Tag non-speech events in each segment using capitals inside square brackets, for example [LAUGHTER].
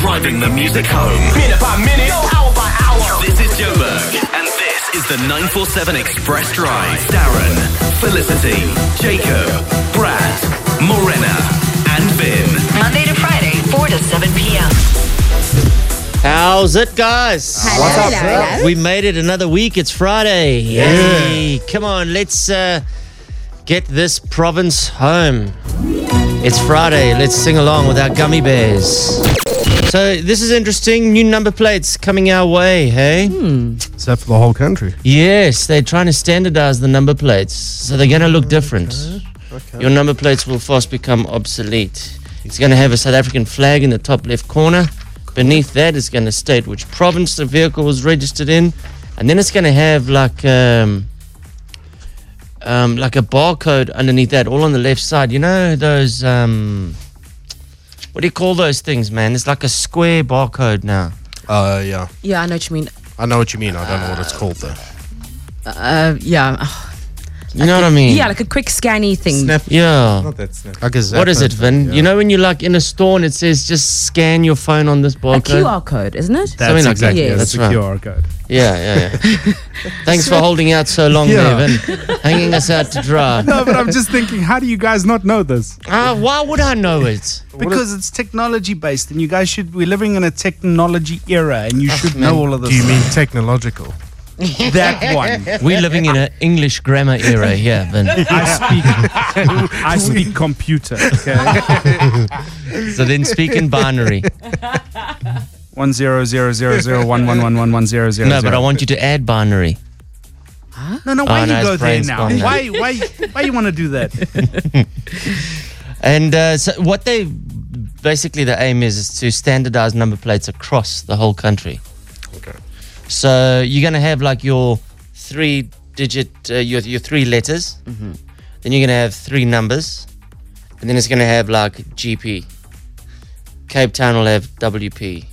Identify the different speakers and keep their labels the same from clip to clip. Speaker 1: driving the music home.
Speaker 2: Minute by minute, hour by hour.
Speaker 1: This is Joe Berg, and this is the 947 Express Drive. Darren, Felicity, Jacob, Brad, Morena, and Vin.
Speaker 3: Monday to Friday, 4 to 7 p.m.
Speaker 4: How's it, guys?
Speaker 5: What's up, sir?
Speaker 4: We made it another week. It's Friday. Hey, come on, let's uh, get this province home. It's Friday. Let's sing along with our gummy bears. So this is interesting. New number plates coming our way. Hey,
Speaker 5: Except for the whole country.
Speaker 4: yes, they're trying to standardize the number plates, so they're going to look different. Your number plates will fast become obsolete. It's going to have a South African flag in the top left corner. Beneath that is going to state which province the vehicle was registered in, and then it's going to have like um, um, like a barcode underneath that, all on the left side. You know those um, what do you call those things, man? It's like a square barcode now.
Speaker 5: Uh, yeah.
Speaker 6: Yeah, I know what you mean.
Speaker 5: I know what you mean. I don't know what it's called though.
Speaker 6: Uh, yeah. Ugh.
Speaker 4: You know what I mean?
Speaker 6: Yeah, like a quick scanny thing.
Speaker 4: Yeah.
Speaker 7: Not that snap.
Speaker 5: Like a Zappa.
Speaker 4: What is it, Vin? You know when you're like in a store and it says just scan your phone on this
Speaker 6: A
Speaker 4: barcode?
Speaker 6: QR code, isn't it?
Speaker 4: Something like
Speaker 6: yeah,
Speaker 4: that.
Speaker 7: exactly. Yeah,
Speaker 4: that's
Speaker 7: that's a
Speaker 4: right.
Speaker 7: QR code.
Speaker 4: Yeah, yeah, [LAUGHS] yeah. Thanks for holding out so long,
Speaker 7: Yeah.
Speaker 4: there, Vin. Hanging us out to [LAUGHS] dry.
Speaker 7: No, but I'm just thinking, how do you guys not know this?
Speaker 4: Ah, why would I know it?
Speaker 7: Because it's technology based, and you guys should. We're living in a technology era, and you should
Speaker 4: Ah, man.
Speaker 7: know all of this.
Speaker 5: Do you mean technological?
Speaker 7: mean that
Speaker 8: [LAUGHS]
Speaker 7: one?
Speaker 4: We're living in an English grammar era here, Vin.
Speaker 7: I speak. [LAUGHS] I speak computer. Okay.
Speaker 4: [LAUGHS] So then speak in binary.
Speaker 7: [LAUGHS] One zero zero zero zero one one one one one zero zero.
Speaker 4: No, but I want you to add binary.
Speaker 7: No, no. Why
Speaker 4: Oh, no,
Speaker 7: you
Speaker 4: his
Speaker 7: go there
Speaker 4: brain's
Speaker 7: now?
Speaker 4: gone now.
Speaker 7: Why? Why? Why you want to do that?
Speaker 4: [LAUGHS] And uh, so what they basically the aim is is to standardize number plates across the whole country. Okay. So you're going to have like your three digit uh, your your three letters. Then you're going to have three numbers. And then it's going to have like GP. Cape Town will have WP.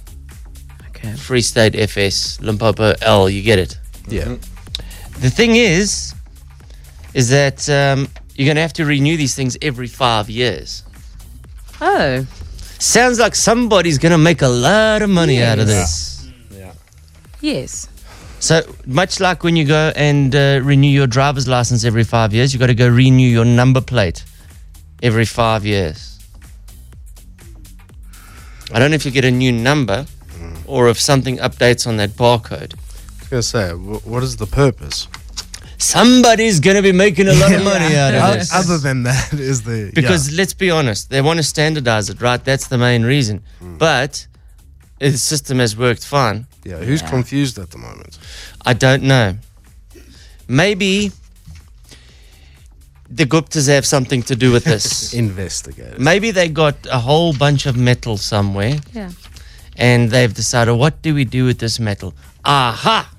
Speaker 6: Okay.
Speaker 4: Free State FS, Limpopo L, you get it.
Speaker 5: Yeah.
Speaker 4: The thing is, is that um, you're going to have to renew these things every five years.
Speaker 6: Oh,
Speaker 4: Sounds like somebody's going to make a lot of money out of this.
Speaker 6: yes.
Speaker 4: So, much like when you go and uh, renew your driver's license every five years, you got to go renew your number plate every five years. I don't know if you get a new number or if something updates on that barcode.
Speaker 5: Mm. I was gonna say, wh- what is the [LAUGHS] purpose?
Speaker 4: Somebody's going to be making a lot
Speaker 5: [LAUGHS]
Speaker 4: of money out of this.
Speaker 5: Other than that, [LAUGHS] is the
Speaker 4: Because let's be honest, they want to standardize it, right? That's the main reason. But the system has worked fine.
Speaker 5: Mm. yeah, yeah, who's confused at the moment?
Speaker 4: I don't know. Maybe the Guptas have something to do with
Speaker 5: [LAUGHS]
Speaker 4: this.
Speaker 5: Investigators.
Speaker 4: Maybe they got a whole bunch of metal somewhere
Speaker 6: Yeah.
Speaker 4: and they've decided, what do we do with this metal? Aha!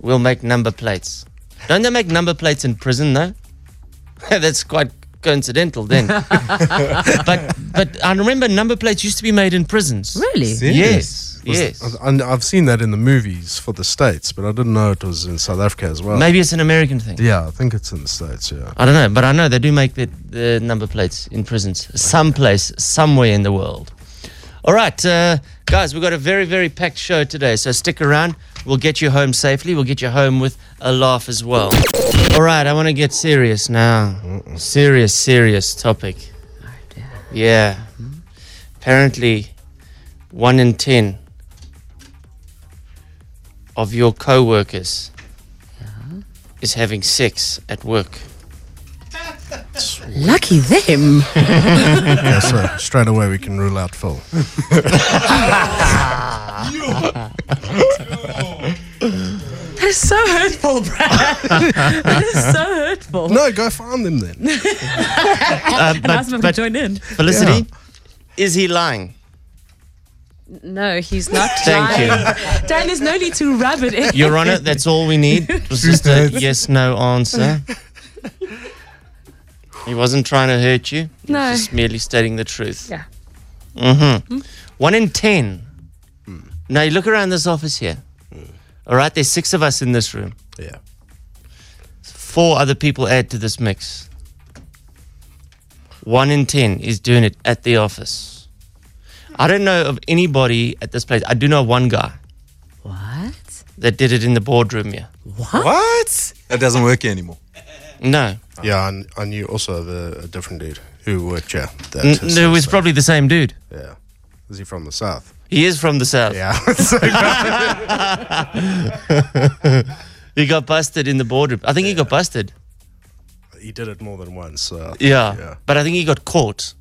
Speaker 4: We'll make number plates. Don't they make number plates in prison, though? [LAUGHS] That's quite coincidental then. but but I remember number plates used to be made in prisons.
Speaker 6: Really?
Speaker 4: Yes.
Speaker 5: Was-
Speaker 4: Yes.
Speaker 5: I- I- I've seen that in the movies for the states, but I didn't know it was in South Africa as well.
Speaker 4: Maybe it's an American thing.
Speaker 5: Yeah, I think it's in the states. Yeah.
Speaker 4: I don't know, but I know they do make the, the number plates in prisons, someplace, somewhere in the world. All right, uh, guys, we've got a very, very packed show today, so stick around. We'll get you home safely. We'll get you home with a laugh as well. All right, I want to get serious
Speaker 8: Uh,
Speaker 4: now.
Speaker 8: [LAUGHS]
Speaker 4: Serious, serious topic. Yeah. Apparently, one in ten of your co workers is having sex at work.
Speaker 6: Lucky them.
Speaker 5: [LAUGHS] yeah. So straight away we can rule
Speaker 6: [LAUGHS]
Speaker 5: out [LAUGHS] Phil.
Speaker 6: That is so hurtful, Brad. [LAUGHS] that is so hurtful.
Speaker 5: No, go find them
Speaker 6: [LAUGHS]
Speaker 5: then.
Speaker 4: [LAUGHS] Uh,
Speaker 6: Can I ask him if I can join in?
Speaker 4: Felicity, is he lying?
Speaker 6: No, he's not.
Speaker 4: [LAUGHS] Thank you.
Speaker 6: [LAUGHS] Dan, there's no need to rub it in.
Speaker 4: Your Honor, that's all we need. It was just [LAUGHS] a yes no answer. He wasn't trying to hurt you. He
Speaker 6: [LAUGHS] No.
Speaker 9: Uh.
Speaker 4: was just merely stating the truth.
Speaker 6: Yeah.
Speaker 4: Mm-hmm. One in ten.
Speaker 10: Hmm.
Speaker 4: Now you look around this office here. All right, there's six of us in this room.
Speaker 5: Yeah.
Speaker 4: Four other people add to this mix. One in ten is doing it at the office. I don't know of anybody at this place. I do know one guy
Speaker 9: What?
Speaker 4: that did it in the boardroom here.
Speaker 10: What? That doesn't work here anymore.
Speaker 4: No,
Speaker 5: Yeah, I, kn- I knew also of a, a different dude who worked here. That
Speaker 4: N-
Speaker 5: is
Speaker 4: it was
Speaker 5: from
Speaker 4: probably the same dude.
Speaker 5: the South. yeah. Is he from the south?
Speaker 4: He is from the south.
Speaker 5: Yeah. [LAUGHS] So-
Speaker 4: [LAUGHS] He got busted in the boardroom. I think he got busted.
Speaker 5: he did it more than once. So I think,
Speaker 4: Yeah.
Speaker 5: yeah.
Speaker 4: but I think he got caught.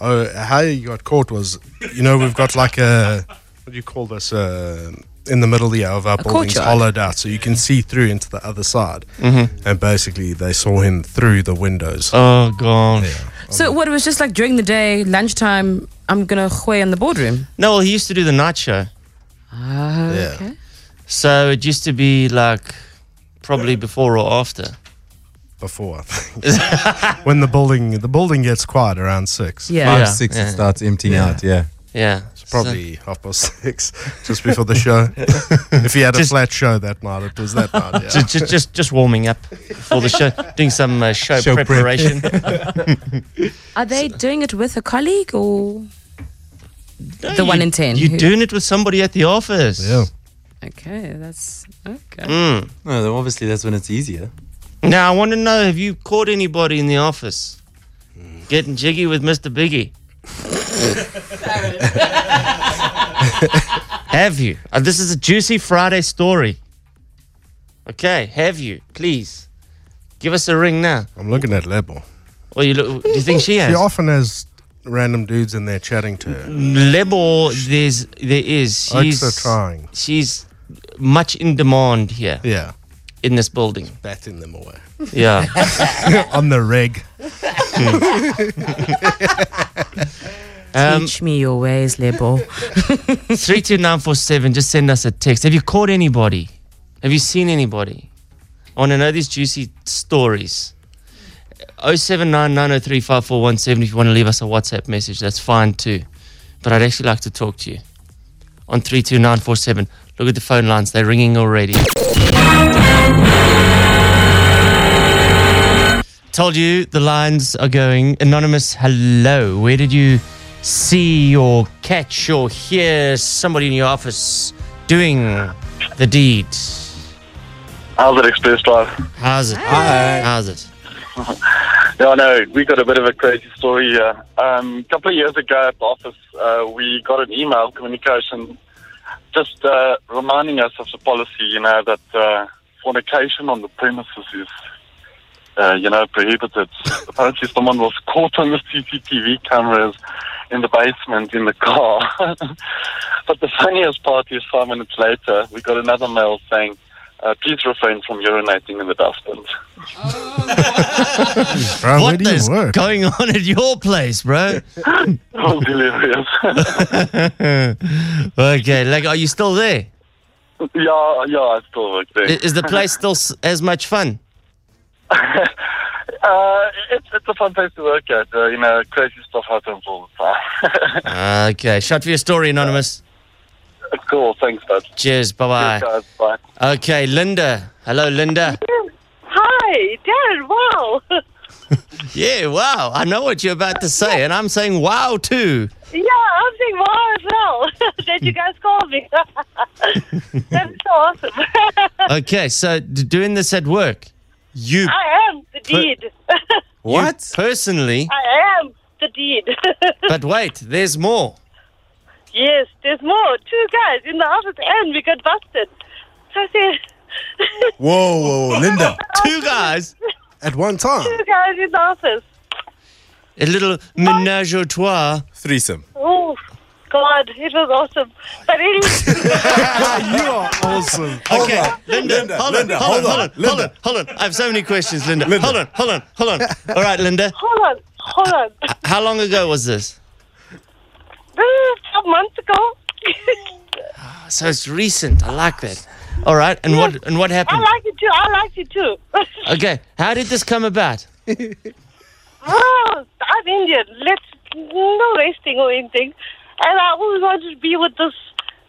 Speaker 5: Oh, how you got caught was, you know, we've got like a what do you call this? Uh, in the middle here of our buildings,
Speaker 9: courtyard.
Speaker 5: hollowed out, so you can see through into the other side. Mm-hmm. And basically, they saw him through the windows.
Speaker 4: Oh gosh.
Speaker 9: So what? It was just like during the day, lunchtime. I'm gonna hoy in the boardroom.
Speaker 4: No, well, he used to do the night show. Ah,
Speaker 5: yeah.
Speaker 9: okay.
Speaker 4: So it used to be like probably before or after.
Speaker 5: Before, I think.
Speaker 4: [LAUGHS]
Speaker 5: [LAUGHS] when the building the building gets quiet around six.
Speaker 9: Yeah.
Speaker 10: Five,
Speaker 4: Yeah.
Speaker 10: six,
Speaker 4: Yeah.
Speaker 10: it starts emptying out. Yeah.
Speaker 4: Yeah.
Speaker 5: It's probably half past six, just before the show.
Speaker 4: [LAUGHS]
Speaker 5: if he had a
Speaker 4: Just-
Speaker 5: flat show that night, it was that night.
Speaker 4: So
Speaker 5: Yeah.
Speaker 4: just, just just warming up for the show, doing some uh, show,
Speaker 10: Show prep.
Speaker 5: [LAUGHS]
Speaker 4: preparation.
Speaker 9: Are they doing it with a colleague or the one in ten?
Speaker 4: You're
Speaker 9: who-
Speaker 4: doing it with somebody at the office.
Speaker 5: yeah.
Speaker 9: Okay, that's
Speaker 6: oh.
Speaker 9: okay.
Speaker 10: No, then obviously that's when it's easier.
Speaker 4: Mm. Now I want to know: Have you caught anybody in the office getting jiggy with Mr. Biggie? have you? Uh, this is a juicy Friday story. Okay, have you? Please give us a ring now.
Speaker 5: I'm looking at Lebo.
Speaker 4: Or you look, do you think she has?
Speaker 5: She often has random dudes in there chatting to her.
Speaker 4: Lebo, there's there is.
Speaker 5: Oaks
Speaker 4: She's
Speaker 5: are trying.
Speaker 4: She's much in demand here
Speaker 5: Yeah.
Speaker 4: in this building.
Speaker 5: Batting them away.
Speaker 4: Yeah.
Speaker 5: [LAUGHS] On the reg.
Speaker 4: [LAUGHS] Um,
Speaker 9: Teach me your ways, Lebo. [LAUGHS]
Speaker 4: 32947, just send us a text. Have you caught anybody? Have you seen anybody? I want to know these juicy stories. 0799035417 if you want to leave us a WhatsApp message, that's fine too. But I'd actually like to talk to you on 32947. Look at the phone lines, they're ringing already. Told you the lines are going. Anonymous, hello. Where did you see or catch or hear somebody in your office doing the deed?
Speaker 2: How's it, Express Drive?
Speaker 4: How's it? How's it?
Speaker 2: Yeah, I know. We got a bit of a crazy story here. Um, a couple of years ago at the office, uh, we got an email communication just uh, reminding us of the policy, you know, that uh, fornication on the premises is, uh, you know, prohibited. Apparently, someone was caught on the CCTV cameras in the basement in the car. [LAUGHS] but the funniest part is five minutes later, we got another mail saying, uh, please refrain from urinating in the dustbin.
Speaker 5: [LAUGHS] Bro, where
Speaker 4: What
Speaker 5: do
Speaker 4: is
Speaker 5: you work?
Speaker 4: going on at your place, bro? [LAUGHS]
Speaker 2: It was Oh, delirious. [LAUGHS]
Speaker 4: okay, like, are you still there?
Speaker 2: Yeah, yeah, I still work there.
Speaker 4: I- Is
Speaker 2: [LAUGHS]
Speaker 4: the place still s- as much fun?
Speaker 2: uh, it's, it's a fun place to work at. Uh, you know, crazy stuff happens all the time.
Speaker 4: Okay, shut for your story, Anonymous.
Speaker 2: cool, thanks, bud.
Speaker 4: Cheers, bye
Speaker 2: Cheers, guys, bye.
Speaker 4: bye. Okay, Linda. Hello, Linda.
Speaker 11: Hi, Darren. Wow. [LAUGHS]
Speaker 4: Yeah, wow. I know what you're about to say, and I'm saying wow too.
Speaker 11: Yeah, I'm saying wow as well [LAUGHS] that you guys called me. [LAUGHS] That's so awesome.
Speaker 4: Okay, so d- doing this at work, you
Speaker 11: I am the deed.
Speaker 10: What?
Speaker 4: personally,
Speaker 11: [LAUGHS] I am the deed. [LAUGHS]
Speaker 4: but wait, there's more.
Speaker 11: yes, there's more. Two guys in the office, and we got busted. So I said,
Speaker 10: Whoa, whoa, whoa, Linda.
Speaker 4: Two guys,
Speaker 5: At one time.
Speaker 11: two guys in the office.
Speaker 4: a little menage a trois.
Speaker 10: Threesome.
Speaker 11: Oh, God, it was awesome. But anyway.
Speaker 5: Awesome.
Speaker 4: Okay, Linda,
Speaker 10: Linda,
Speaker 4: hold,
Speaker 10: Linda,
Speaker 4: on, hold,
Speaker 10: hold
Speaker 4: on, hold
Speaker 10: on,
Speaker 4: on, hold on, hold on. I have so many questions, Linda. Hold on, hold on, hold on. [LAUGHS] All right, Linda,
Speaker 11: hold on, hold on. [LAUGHS]
Speaker 4: how long ago was this?
Speaker 11: A month ago, [LAUGHS]
Speaker 4: So it's recent. I like that. All right, and what and what
Speaker 11: I
Speaker 4: happened?
Speaker 11: like it too. I like it too. [LAUGHS]
Speaker 4: Okay, how did this come about? [LAUGHS]
Speaker 11: oh, I'm Indian. Let's no wasting or anything. And I always wanted to be with this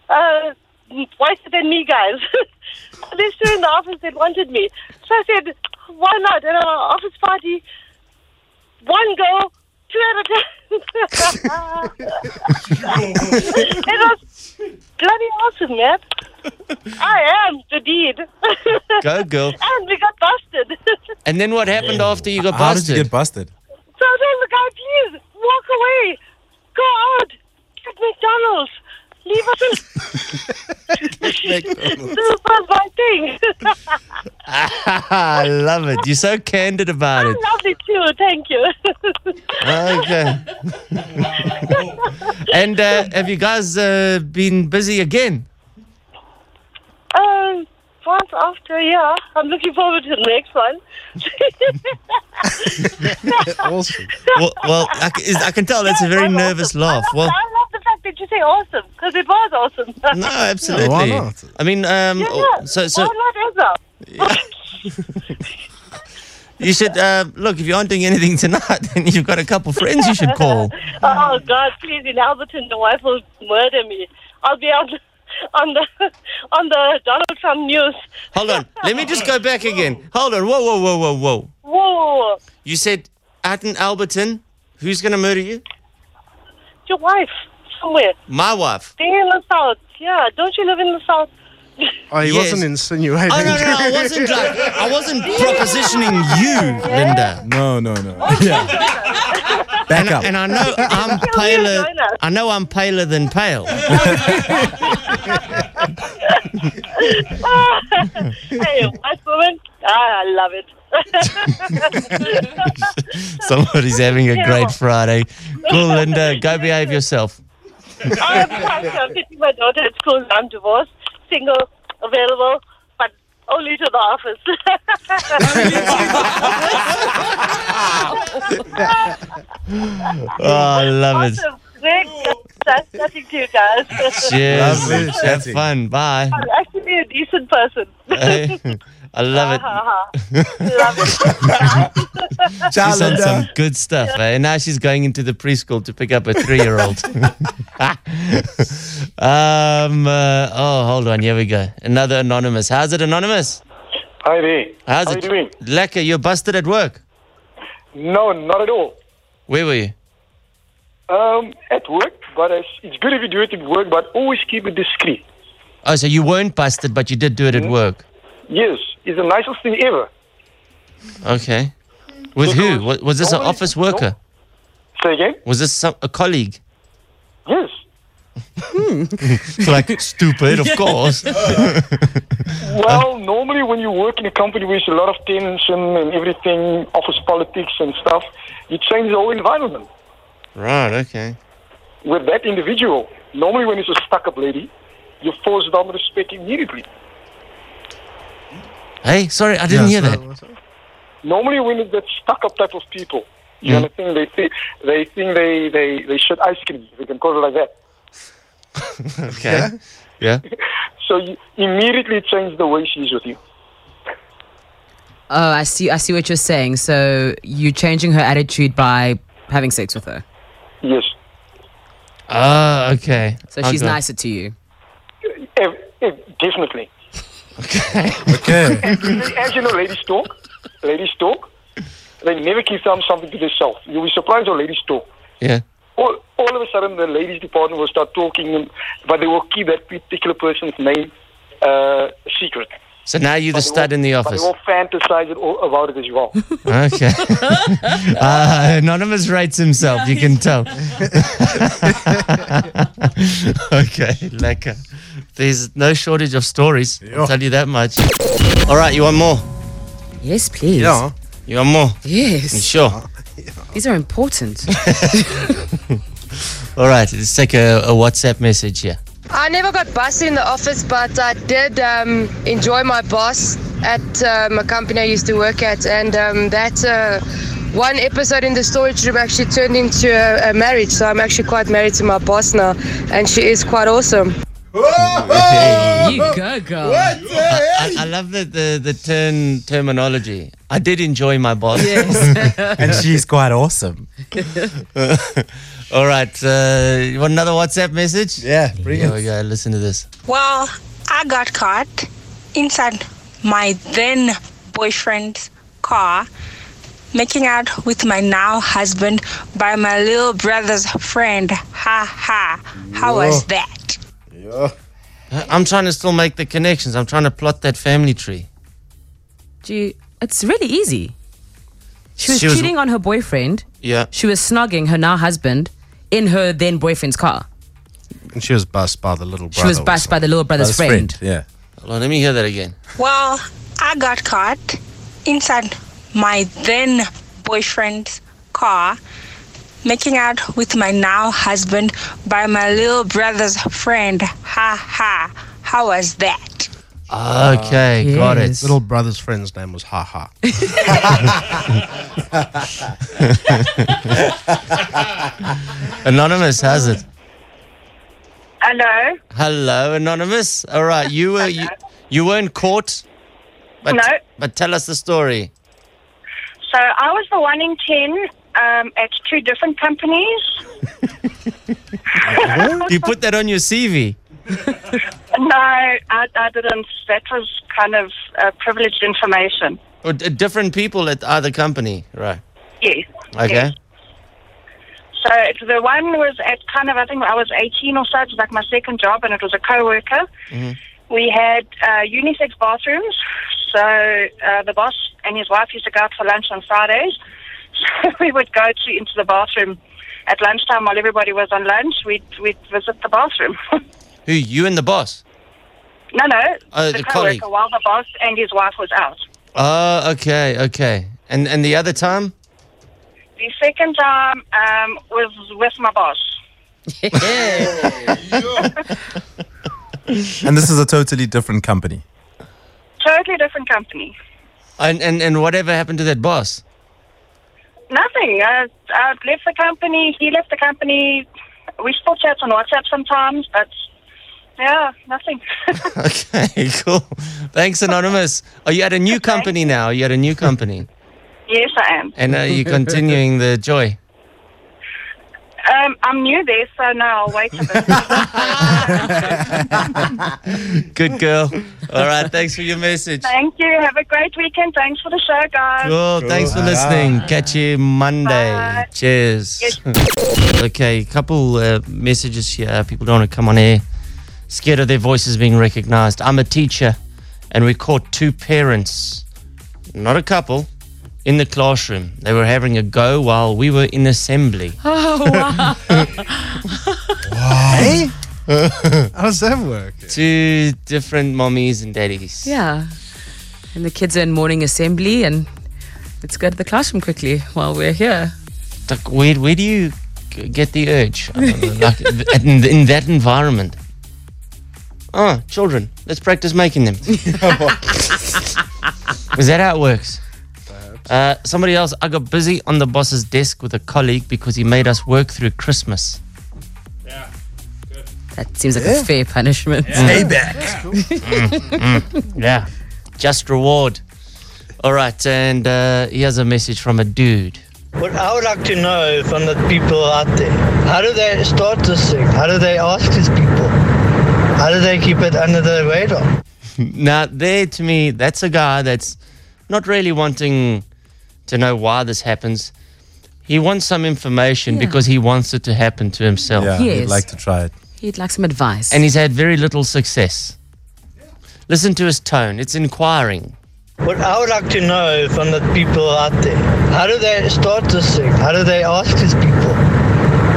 Speaker 11: uh, wiser than me guys. [LAUGHS] They're still in the office. They wanted me, so I said, uh, "Why not?" At our office party, one girl, two at a time. [LAUGHS] it was bloody awesome, man. I am the deed.
Speaker 4: Go, girl.
Speaker 11: [LAUGHS] and we got busted.
Speaker 4: And then what happened after you got busted?
Speaker 12: How did you get busted?
Speaker 11: So I told the guy, please walk away. Go out. Get McDonald's. Leave us
Speaker 4: [LAUGHS]
Speaker 11: [LAUGHS] in. this was my thing.
Speaker 4: I love it. You're so candid about
Speaker 11: I
Speaker 4: it.
Speaker 11: love it too. Thank you. [LAUGHS]
Speaker 4: Okay. [LAUGHS] and uh, have you guys uh, been busy [LAUGHS] again?
Speaker 11: um, once after, yeah. I'm looking forward to the next one.
Speaker 5: awesome.
Speaker 4: Well, well I, c- is- I can tell that's a very nervous laugh.
Speaker 11: I
Speaker 4: Well,
Speaker 11: love the fact that you say awesome because it was awesome. [LAUGHS]
Speaker 4: no, absolutely.
Speaker 5: not?
Speaker 4: I mean, um,
Speaker 11: Yeah,
Speaker 4: so so
Speaker 11: Why not ever?
Speaker 4: you should uh, look if you aren't doing anything tonight, [LAUGHS] then you've got a couple
Speaker 11: [LAUGHS]
Speaker 4: friends you should call.
Speaker 11: Oh God, please in Alberton the wife will murder me. I'll be on [LAUGHS] on the on the Donald Trump news.
Speaker 4: Hold on, let me just go back again. Hold on, whoa, whoa, whoa, whoa, whoa.
Speaker 11: Whoa,
Speaker 4: You said out in Alberton, who's going to murder you?
Speaker 11: your wife somewhere.
Speaker 4: My wife.
Speaker 11: Stay in the south. Yeah, don't you live in the south? [LAUGHS]
Speaker 5: Oh, he
Speaker 4: Yes.
Speaker 5: wasn't insinuating.
Speaker 4: Oh no, no, no, [LAUGHS] I wasn't
Speaker 5: [LAUGHS]
Speaker 4: like, I wasn't propositioning you, Linda.
Speaker 12: No, no,
Speaker 4: [LAUGHS]
Speaker 12: no. Yeah. Back up.
Speaker 4: And I
Speaker 12: [LAUGHS]
Speaker 4: know I'm paler. I know I'm paler than pale.
Speaker 11: [LAUGHS] hey, white woman. Ah, I love it.
Speaker 4: [LAUGHS] Somebody's having a great Friday. Cool, Linda. Go behave yourself.
Speaker 11: I'm quite I'm taking my daughter at school. I'm divorced, single, available, but only to the office.
Speaker 4: [LAUGHS] Oh, I love it.
Speaker 11: awesome. Great. That's nothing to you guys.
Speaker 4: Cheers.
Speaker 12: Lovely
Speaker 4: Have
Speaker 12: chatting.
Speaker 4: fun. Bye.
Speaker 11: I'm actually a decent person.
Speaker 4: Hey, [LAUGHS] I love it. [LAUGHS]
Speaker 11: Ha, ha, ha. Love it.
Speaker 12: Ciao,
Speaker 4: She's on
Speaker 12: Linda.
Speaker 4: some good stuff. Eh? And now she's going into the preschool to pick up a three-year-old. [LAUGHS] um. uh, oh, hold on. Here we go. Another anonymous. How's it, anonymous?
Speaker 13: Hi there.
Speaker 4: How's
Speaker 13: How
Speaker 4: it?
Speaker 13: you doing?
Speaker 4: Lekker. You're busted at work.
Speaker 13: No, not at all.
Speaker 4: Where were you?
Speaker 13: Um, at work, but it's, it's good if you do it at work, but always keep it discreet.
Speaker 4: Oh, so you weren't busted, but you did do it
Speaker 13: Hmm?
Speaker 4: at work.
Speaker 13: Yes, it's the nicest thing ever.
Speaker 4: Okay. With who? Wa- Was this an office worker?
Speaker 13: Say again?
Speaker 4: Was this some, a [LAUGHS] colleague?
Speaker 13: Yes.
Speaker 4: like stupid, [LAUGHS] of course.
Speaker 13: [LAUGHS] Well, normally when you work in a company with a lot of tension and everything, office politics and stuff, you change the whole environment.
Speaker 4: Right. Okay.
Speaker 13: With that individual, normally when it's a stuck-up lady, you force down respect immediately.
Speaker 4: Hey, sorry, I didn't hear that.
Speaker 13: normally when it's that stuck up type of people, you
Speaker 4: Mm.
Speaker 13: understand? They think they think they they they should ice cream. We can call it like that.
Speaker 4: Okay. Yeah.
Speaker 13: So you immediately change the way she's with you.
Speaker 9: Oh, I see. I see what you're saying. So you're changing her attitude by having sex with her.
Speaker 13: Yes,
Speaker 4: Oh, okay.
Speaker 9: So she's
Speaker 4: Okay.
Speaker 9: nicer to you.
Speaker 13: ev- ev- definitely.
Speaker 12: Okay.
Speaker 13: As you know, ladies talk. Ladies talk. They never keep some something to themselves. You'll be surprised how ladies talk.
Speaker 4: Yeah.
Speaker 13: All, all of a sudden, the ladies department will start talking, but they will keep that particular person's name uh, secret.
Speaker 4: So now you're the
Speaker 13: But they
Speaker 4: stud
Speaker 13: will-
Speaker 4: in the
Speaker 13: But
Speaker 4: office.
Speaker 13: they will fantasize it all about it as well.
Speaker 4: [LAUGHS]
Speaker 13: [LAUGHS]
Speaker 4: Okay. uh, anonymous writes himself, you can tell. okay, lekker. There's no shortage of stories, I'll tell you that much. All right, you want more?
Speaker 9: Yes, please.
Speaker 5: Yeah.
Speaker 4: You want more?
Speaker 9: Yes.
Speaker 4: Sure.
Speaker 9: These
Speaker 4: [LAUGHS]
Speaker 9: are important.
Speaker 4: All right, let's take a, a WhatsApp message here.
Speaker 14: I never got busted in the office, but I did um, enjoy my boss at um, a company I used to work at, and um, that uh, one episode in the storage room actually turned into a, a marriage. So I'm actually quite married to my boss now, and she is quite awesome.
Speaker 9: you go, girl.
Speaker 4: I, I love the, the, the turn terminology. I did enjoy my boss. [LAUGHS]
Speaker 12: and she's quite awesome.
Speaker 4: All right, uh, you want another WhatsApp message?
Speaker 12: Yeah, bring
Speaker 4: Here we go, listen to this.
Speaker 15: Well, I got caught inside my then boyfriend's car making out with my now husband by my little brother's friend. Ha ha. How was
Speaker 4: Whoa.
Speaker 15: that?
Speaker 4: I- I'm trying to still make the connections. I'm trying to plot that family tree.
Speaker 9: Do you, it's really easy. She was
Speaker 4: She was-
Speaker 9: cheating on her boyfriend.
Speaker 4: Yeah.
Speaker 9: She was snogging her now husband in her then boyfriend's car.
Speaker 5: And she was bussed by the little brother.
Speaker 9: She was bashed by the little brother's friend.
Speaker 5: Yeah.
Speaker 4: Hold on, let me hear that again.
Speaker 15: Well, I got caught inside my then boyfriend's car making out with my now husband by my little brother's friend. Ha ha. How was that?
Speaker 4: Ah, Okay, got it.
Speaker 5: Little brother's friend's name was Ha Ha.
Speaker 4: Anonymous has it.
Speaker 16: Hello.
Speaker 4: Hello, anonymous. All right, you were you, you weren't caught, but
Speaker 16: No.
Speaker 4: but tell us the story.
Speaker 16: So I was the one in ten um, at two different companies.
Speaker 4: you put that on your CV.
Speaker 16: No, I, I didn't. That was kind of uh, privileged information.
Speaker 4: Or d- different people at other company, right?
Speaker 16: Yes.
Speaker 4: Okay.
Speaker 16: yes. So it, the one was at kind of, I think I was 18 or so. It was like my second job, and it was a coworker.
Speaker 17: Mm-hmm.
Speaker 16: We had uh, unisex bathrooms. So uh, the boss and his wife used to go out for lunch on Fridays. [LAUGHS] So we would go to into the bathroom at lunchtime while everybody was on lunch. We'd, we'd visit the bathroom.
Speaker 4: Who you and the boss?
Speaker 16: no, no.
Speaker 4: Oh, the
Speaker 16: the coworker
Speaker 4: colleague.
Speaker 16: while the boss and his wife was out.
Speaker 4: Oh, okay, okay. And and the other time?
Speaker 16: The second time um, was with my boss.
Speaker 4: [LAUGHS]
Speaker 12: And this is a totally different company.
Speaker 16: [LAUGHS] Totally different company.
Speaker 4: And and and whatever happened to that boss? [LAUGHS]
Speaker 16: Nothing. I, I left the company. He left the company. We still chat on WhatsApp sometimes, but yeah, nothing.
Speaker 4: Okay, cool. Thanks, anonymous. Are you at a new company now? Are you at a new company?
Speaker 16: yes, I am.
Speaker 4: And are you continuing the joy?
Speaker 16: Um, I'm new there, so now I'll wait a
Speaker 4: [LAUGHS]
Speaker 16: bit.
Speaker 4: Good girl. All right, thanks for your message.
Speaker 16: Thank you. Have a great weekend. Thanks for the show, guys.
Speaker 4: Cool. Thanks for listening. Catch you Monday. Cheers. okay, couple uh, messages here. People don't want to come on air. Scared of their voices being recognized. I'm a teacher, and we caught two parents, not a couple, in the classroom. They were having a go while we were in assembly.
Speaker 10: Oh,
Speaker 4: [LAUGHS]
Speaker 10: wow.
Speaker 5: Hey?
Speaker 4: Eh?
Speaker 5: [LAUGHS] How does that work?
Speaker 4: Two different mommies and daddies.
Speaker 9: Yeah. And the kids are in morning assembly and let's go to the classroom quickly while we're here.
Speaker 4: Like, where, where do you g- get the urge? I don't
Speaker 5: [LAUGHS]
Speaker 4: know, like, th- in, in that environment. Ah, children. Let's practice making
Speaker 5: [LAUGHS]
Speaker 4: them. Is that how it works? Uh, somebody else, I got busy on the boss's desk with a colleague because he made us work through Christmas.
Speaker 9: That seems like
Speaker 4: Yeah.
Speaker 9: a fair punishment.
Speaker 4: Mm.
Speaker 9: [LAUGHS]
Speaker 4: Mm, mm, yeah. Just reward. All right. And uh, here's a message from a dude.
Speaker 18: What I would like to know from the people out there, how do they start this thing? How do they ask these people? How do they keep it under the radar?
Speaker 4: now there to me that's a guy that's not really wanting to know why this happens he wants some information
Speaker 9: Yeah.
Speaker 4: because he wants it to happen to himself
Speaker 9: Yeah, he'd Yes. like
Speaker 4: to try it
Speaker 9: He'd like some advice.
Speaker 4: and he's had very little success listen to his tone it's inquiring
Speaker 18: What I would like to know from the people out there, how do they start this thing? How do they ask these people?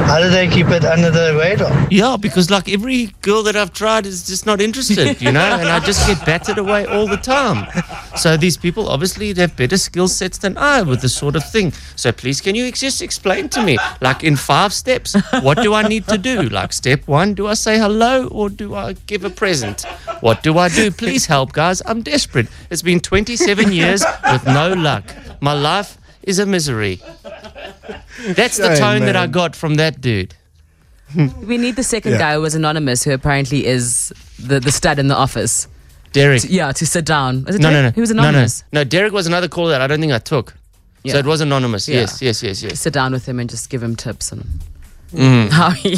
Speaker 18: How do they keep it under the radar?
Speaker 4: yeah because like every girl that i've tried is just not interested you know and i just get battered away all the time so these people obviously they have better skill sets than i with this sort of thing so please can you just explain to me like in five steps what do i need to do like step one do i say hello or do i give a present what do i do please help guys i'm desperate it's been 27 years with no luck my life is a misery that's the
Speaker 9: Shame,
Speaker 4: tone that i
Speaker 9: man.
Speaker 4: got from that dude
Speaker 9: we need the second
Speaker 4: Yeah.
Speaker 9: guy who was anonymous, who apparently is the, the stud in the office.
Speaker 4: Derek.
Speaker 9: To- yeah, to sit down. Was it
Speaker 4: no,
Speaker 9: Derek?
Speaker 4: no, no.
Speaker 9: He was
Speaker 4: No, no.
Speaker 9: anonymous.
Speaker 4: No, Derek was another call that I don't think I took.
Speaker 9: Yeah.
Speaker 4: So it was anonymous.
Speaker 9: Yeah.
Speaker 4: Yes, yes, yes, yes.
Speaker 9: Sit down with him and just give him tips and
Speaker 4: Mm.
Speaker 9: [LAUGHS] How he.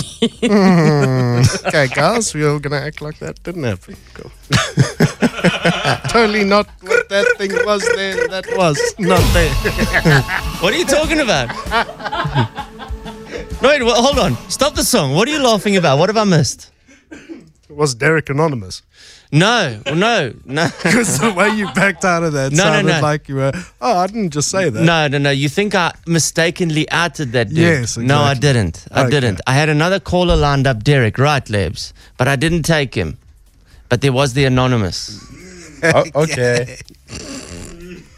Speaker 5: Mm. okay, guys, we are going to act like that didn't happen. Cool. [LAUGHS] totally not what that thing was there. That was not [LAUGHS] there.
Speaker 4: [LAUGHS] what are you talking about? [LAUGHS] no, wait, well, hold on. Stop the song. What are you laughing about? What have I missed?
Speaker 5: Was Derek anonymous?
Speaker 4: No, no,
Speaker 5: [LAUGHS]
Speaker 4: no.
Speaker 5: Because the way you backed out of that
Speaker 4: No, no,
Speaker 5: sounded
Speaker 4: no.
Speaker 5: like you were, oh, I didn't just say that.
Speaker 4: No, no, no. You think I mistakenly outed that dude?
Speaker 5: Yes,
Speaker 4: No, I
Speaker 5: exactly.
Speaker 4: didn't. I
Speaker 5: Okay.
Speaker 4: didn't. I had another caller lined up, Derek, right, Lebs, but I didn't take him. But there was the anonymous.
Speaker 12: Oh, okay.
Speaker 4: [LAUGHS]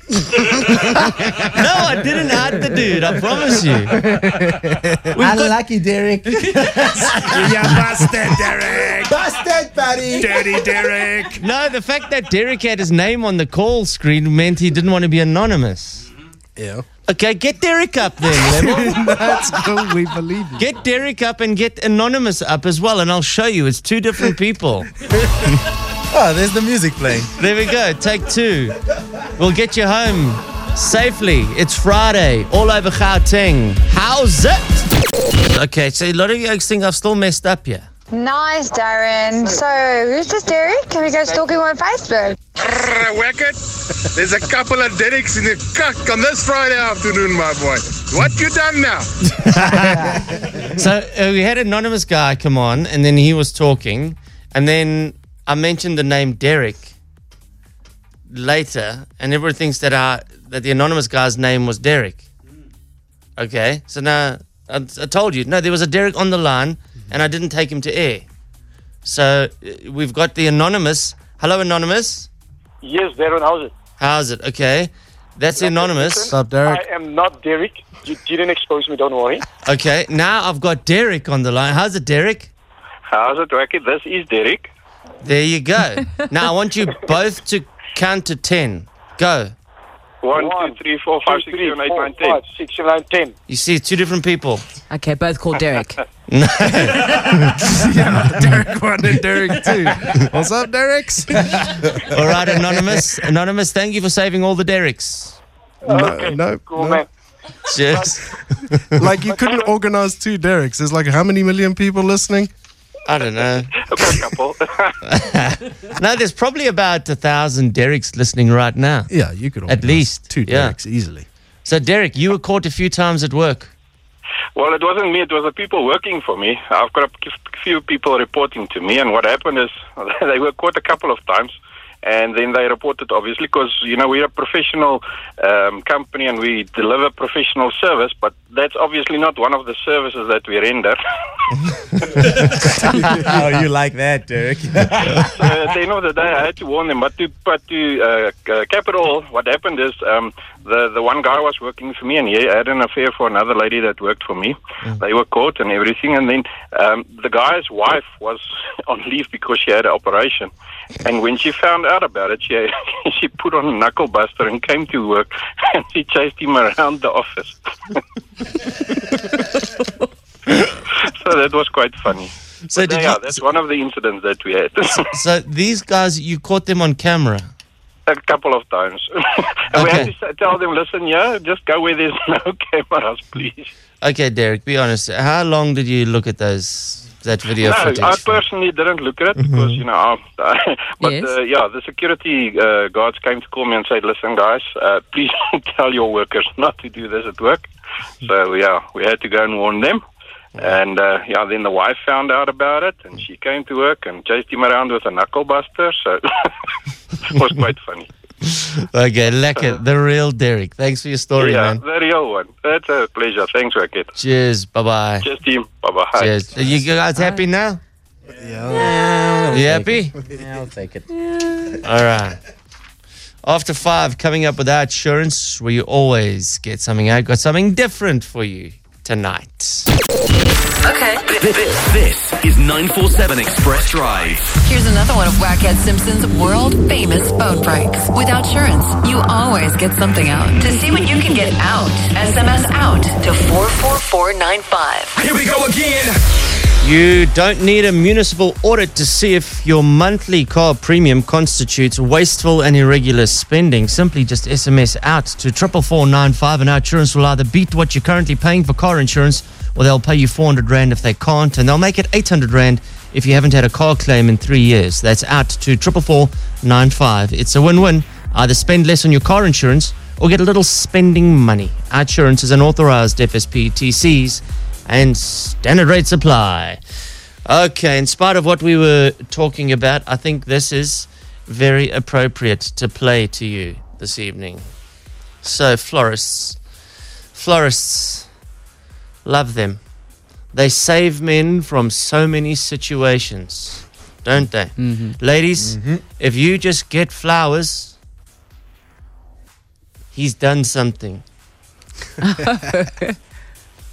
Speaker 4: no, I didn't out the dude. I promise [LAUGHS] you.
Speaker 8: I like you, Derek.
Speaker 4: [LAUGHS] yeah, bastard, Derek.
Speaker 8: Bastard, buddy.
Speaker 4: Dirty Derek. [LAUGHS] No, the fact that Derek had his name on the call screen meant he didn't want to be anonymous.
Speaker 5: Yeah.
Speaker 4: Okay, get Derek up then, Level.
Speaker 5: That's cool. We believe you.
Speaker 4: Get Derek up and get Anonymous up as well, and I'll show you. It's two different people.
Speaker 12: Oh, there's the music playing.
Speaker 4: There we go. Take two. We'll get you home safely. It's Friday, all over Gauteng. How's it? Okay, so a lot of you guys think I've still messed up here.
Speaker 19: Nice, Darren. So, who's this Derek? Can we go stalk him on Facebook?
Speaker 20: Wicked. There's a couple of Derricks in the cuck on this Friday afternoon, my boy. What you done now?
Speaker 4: so uh, we had an anonymous guy come on, and then he was talking, and then I mentioned the name Derek later, and everyone thinks that I that the anonymous guy's name was Derek. Okay, so now I, I told you no, there was a Derek on the line, and I didn't take him to air. So uh, we've got the anonymous. Hello, anonymous.
Speaker 17: Yes, Darren, how's it?
Speaker 4: How's it? Okay, that's the anonymous.
Speaker 17: I am not Derek. You didn't expose me, don't worry.
Speaker 4: Okay, now I've got Derek on the line. How's it, Derek?
Speaker 21: How's it, Wacky? This is Derek.
Speaker 4: There you go. now I want you both to count to ten. Go.
Speaker 21: 1, 2, 3, 4, 5, 6, 7, 8, 9, 10.
Speaker 4: You see, it's two different people.
Speaker 9: Okay, both
Speaker 4: [LAUGHS]
Speaker 9: called Derek.
Speaker 5: yeah, Derek one and
Speaker 4: [LAUGHS]
Speaker 5: Derek two. What's up, Derek's?
Speaker 4: All right, anonymous. Anonymous, thank you for saving all the Derricks.
Speaker 5: No, no, no.
Speaker 4: Cheers.
Speaker 5: [LAUGHS] like you couldn't organize two Derek's. There's like how many million people listening?
Speaker 4: I don't know. [LAUGHS] no, there's probably about a thousand Derricks listening right now.
Speaker 5: Yeah, you could
Speaker 4: at least
Speaker 5: two
Speaker 4: Derricks
Speaker 5: easily.
Speaker 4: So, Derek, you were caught a few times at work.
Speaker 21: Well, it wasn't me. It was the people working for me. I've got a few people reporting to me, and what happened is [LAUGHS] they were caught a couple of times, and then they reported, obviously, because you know we're a professional um, company and we deliver professional service, but that's obviously not one of the services that we render.
Speaker 12: [LAUGHS] oh, you like that, Derek?
Speaker 21: so at the end of the day, I had to warn them. But to but to uh, c- uh, cap it all, what happened is um, the the one guy was working for me, and he had an affair for another lady that worked for me.
Speaker 4: Mm.
Speaker 21: They were caught and everything, and then um, the guy's wife was [LAUGHS] on leave because she had an operation. And when she found out about it, she [LAUGHS] she put on a knuckle buster and came to work, [LAUGHS] and she chased him around the office. [LAUGHS] so that was quite funny.
Speaker 4: So
Speaker 21: But
Speaker 4: did
Speaker 21: yeah,
Speaker 4: you-
Speaker 21: that's one of the incidents that we had. [LAUGHS]
Speaker 4: So these guys, you caught them on camera.
Speaker 21: a couple of times. [LAUGHS] and we had to s- tell them, listen, yeah, just go where there's [LAUGHS] no cameras, please.
Speaker 4: Okay, Derek, be honest. How long did you look at those that video
Speaker 21: no,
Speaker 4: footage? Mm-hmm.
Speaker 21: I personally didn't look at it because, you know, I, [LAUGHS] but
Speaker 4: Yes.
Speaker 21: uh, yeah, the security uh, guards came to call me and said, listen, guys, uh, [LAUGHS] please don't tell your workers [LAUGHS] not to do this at work. So, yeah, we had to go and warn them. And uh, yeah, then the wife found out about it, and she came to work and chased him around with a knuckle buster. So [LAUGHS] it was quite funny.
Speaker 4: [LAUGHS] okay, lekker. The real Derek. Thanks for your story,
Speaker 21: Uh, yeah,
Speaker 4: man.
Speaker 21: the real one. That's a pleasure. Thanks, Wicked.
Speaker 4: Cheers. Bye bye.
Speaker 21: Cheers, team. Bye bye.
Speaker 4: Cheers. Are you guys happy now? Yeah. You happy?
Speaker 8: I'll take it.
Speaker 4: All right. After five, coming up with our insurance, where you always get something out. Got something different for you tonight.
Speaker 3: Okay.
Speaker 1: This, this is 947 Express Drive.
Speaker 3: Here's another one of Wackhead Simpson's world famous phone pranks. With Outsurance, you always get something out. To see what you can get out, SMS out to 44495.
Speaker 2: Here we go again.
Speaker 4: You don't need a municipal audit to see if your monthly car premium constitutes wasteful and irregular spending. Simply just SMS out to 44495 and our insurance will either beat what you're currently paying for car insurance or they'll pay you 400 Rand if they can't and they'll make it 800 Rand if you haven't had a car claim in three years. That's out to 44495. It's a win win. Either spend less on your car insurance or get a little spending money. Our insurance is an authorized FSP TCs and standard rates apply. Okay, in spite of what we were talking about, I think this is very appropriate to play to you this evening. So, florists, florists, love them. They save men from so many situations, don't they? Ladies, if you just get flowers, he's done something. [LAUGHS]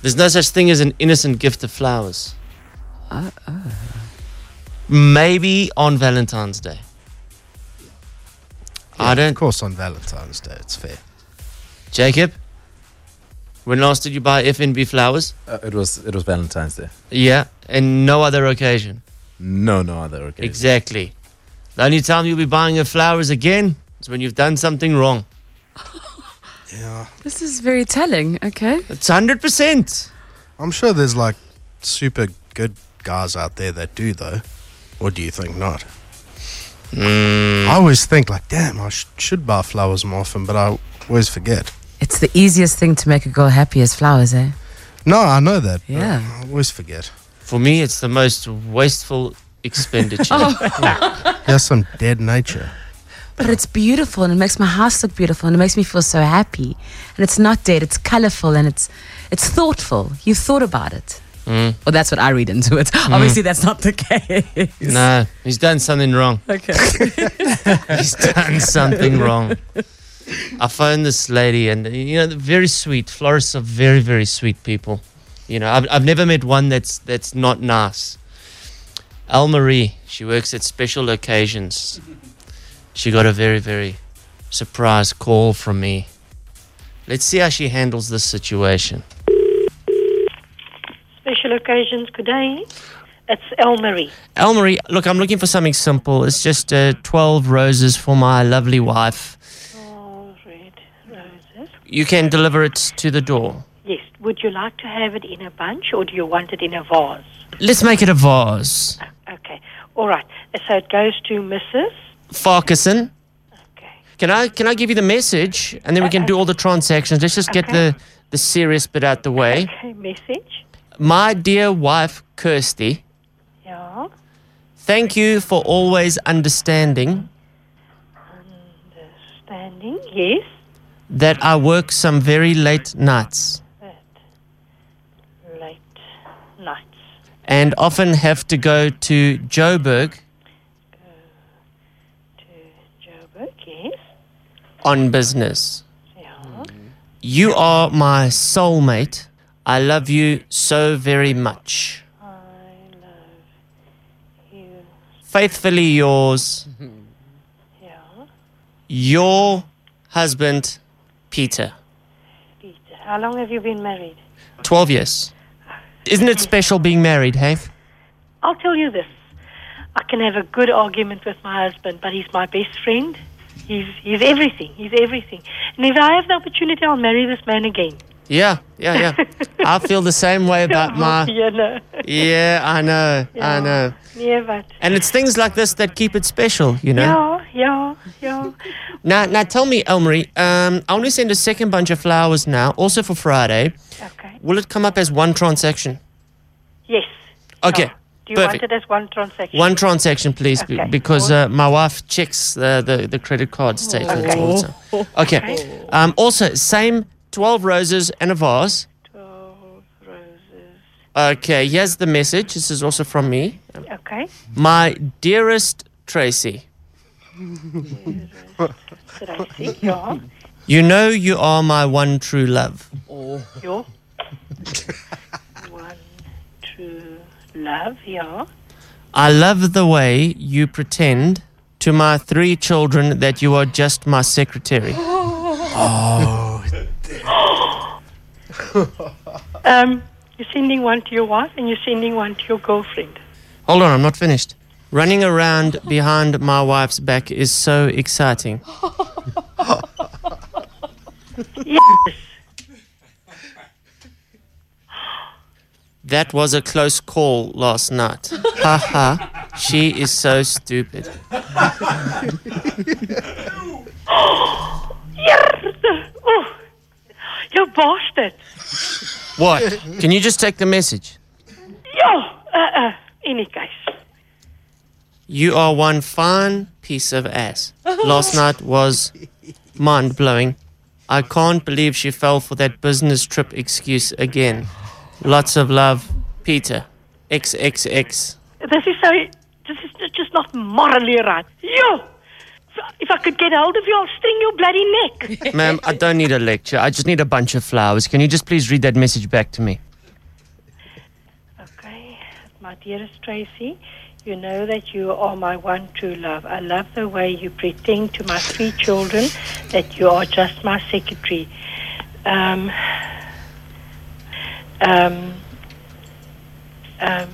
Speaker 4: There's no such thing as an innocent gift of flowers.
Speaker 9: Uh,
Speaker 4: Maybe on Valentine's Day. I don't. Of course, on Valentine's Day, it's fair. Jacob, when last did you buy FNB flowers?
Speaker 12: Uh, it was it was Valentine's Day.
Speaker 4: Yeah, and no other occasion.
Speaker 12: No, no other occasion.
Speaker 4: Exactly. The only time you'll be buying her flowers again is when you've done something wrong.
Speaker 6: This is very telling. Okay.
Speaker 4: It's hundred percent.
Speaker 5: I'm sure there's like super good guys out there that do though, or do you think not?
Speaker 4: Hmm.
Speaker 5: I always think like, damn, I sh- should buy flowers more often, but I always forget.
Speaker 9: It's the easiest thing to make a girl happy is flowers, eh?
Speaker 5: No, I know that. but
Speaker 9: Yeah.
Speaker 5: I always [LAUGHS] forget.
Speaker 4: For me, it's the most wasteful expenditure.
Speaker 9: Oh.
Speaker 5: There's some dead nature.
Speaker 9: But it's beautiful and it makes my house look beautiful and it makes me feel so happy. And it's not dead, it's colorful and it's it's thoughtful. You thought about it.
Speaker 4: Mm.
Speaker 9: Well, that's what I read into it. Obviously, that's not the case.
Speaker 4: No, he's done something wrong.
Speaker 9: Okay.
Speaker 4: [LAUGHS] He's done something wrong. I phoned this lady, and you know, they're very sweet. Florists are very, very sweet people. You know, I've, I've never met one that's that's not nice. Al Marie, she works at special occasions. She got a very, very surprise call from me. Let's see how she handles this situation.
Speaker 22: Special occasions, good day. It's Elmarie.
Speaker 4: Elmarie, look, I'm looking for something simple. It's just uh, 12 roses for my lovely wife. You can deliver it to the door.
Speaker 22: Yes. Would you like to have it in a bunch or do you want it in a vase?
Speaker 4: Let's make it a vase.
Speaker 22: Okay. All right. So it goes to Mrs.
Speaker 4: Farquharson. Can I can I give you the message and then we can do all the transactions? Let's just get the, the serious bit out the way.
Speaker 22: Okay, message.
Speaker 4: My dear wife Kirsty,
Speaker 22: Yeah.
Speaker 4: thank you for always understanding
Speaker 22: Standing. Yes.
Speaker 4: that I work some very late nights
Speaker 22: Late night.
Speaker 4: and often have to go to Joburg
Speaker 22: Joburg. Yes.
Speaker 4: on business. You are my soulmate. I love you so very much. Faithfully
Speaker 22: [LAUGHS]
Speaker 4: yours, your husband, Peter.
Speaker 22: Peter. How long have you been married?
Speaker 4: 12 years. Isn't it special being married, hey?
Speaker 22: I'll tell you this. I can have a good argument with my husband, but he's my best friend. He's, he's everything. He's everything. And if I have the opportunity, I'll marry this man again.
Speaker 4: Yeah, yeah,
Speaker 22: [LAUGHS]
Speaker 4: yeah. I feel the same way about my.
Speaker 22: you know.
Speaker 4: Yeah, I know, I know.
Speaker 22: Yeah, but.
Speaker 4: And it's things like this that keep it special, you know?
Speaker 22: Yeah, yeah,
Speaker 4: Now, now tell me, Elmarie, um, I want to send a second bunch of flowers now, also for Friday. Okay. Will it come up as one transaction?
Speaker 22: yeah. Yes.
Speaker 4: Okay.
Speaker 22: Do you
Speaker 4: Perfect.
Speaker 22: want it as one transaction?
Speaker 4: One transaction, please, be-
Speaker 22: Okay.
Speaker 4: because uh, my wife checks the, the, the credit card statements.
Speaker 22: Okay.
Speaker 4: also. Oh, Okay. Um, also, same 12 roses and a vase. 12 roses. Okay, here's the message. This is also from me.
Speaker 22: Okay.
Speaker 4: My dearest Tracy.
Speaker 22: Tracy, yeah.
Speaker 4: You know you are my one true love. [LAUGHS]
Speaker 22: Your one, two, love, yeah.
Speaker 4: I love the way you pretend to my three children that you are just my secretary.
Speaker 22: um, You're sending one to your wife and you're sending one to your girlfriend.
Speaker 4: Hold on, I'm not finished. Running around behind my wife's back is so exciting.
Speaker 22: yes.
Speaker 4: That was a close call last night. Ha ha. She is so stupid.
Speaker 22: Jerde. Oh, you bastard.
Speaker 4: What? Can you just take the message?
Speaker 22: Yeah. Uh-uh. Any case.
Speaker 4: You are one fine piece of ass. Last night was mind blowing. I can't believe she fell for that business trip excuse again. Lots of love, Peter. XXX.
Speaker 22: This is so. This is ju- just not morally right. Yo! If I could get hold of you, I'll string your bloody neck.
Speaker 4: Ma'am, I don't need a lecture. I just need a bunch of flowers. Can you just please read that message back to me?
Speaker 22: Okay, my dearest Tracy, you know that you are my one true love. I love the way you pretend to my three children that you are just my secretary. Um, [SIGHS] um, um,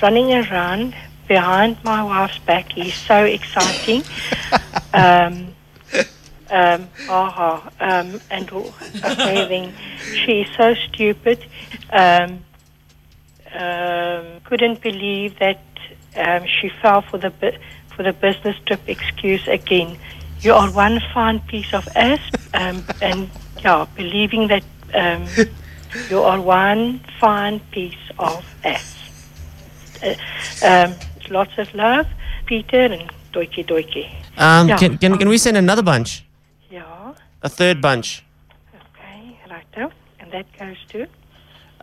Speaker 22: running around behind my wife's back is so exciting. um, um, aha, um, and okay then, she's so stupid. Um, um, couldn't believe that um, she fell for the bu- for the business trip excuse again. You are one fine piece of ass, um, and yeah, believing that um, you are one fine piece of ass. Uh, um, lots of love, Peter and Doiki Doiki.
Speaker 4: Um,
Speaker 22: yeah.
Speaker 4: can, can, can we send another bunch?
Speaker 22: Yeah,
Speaker 4: A third bunch?
Speaker 22: okay, righto. And that goes to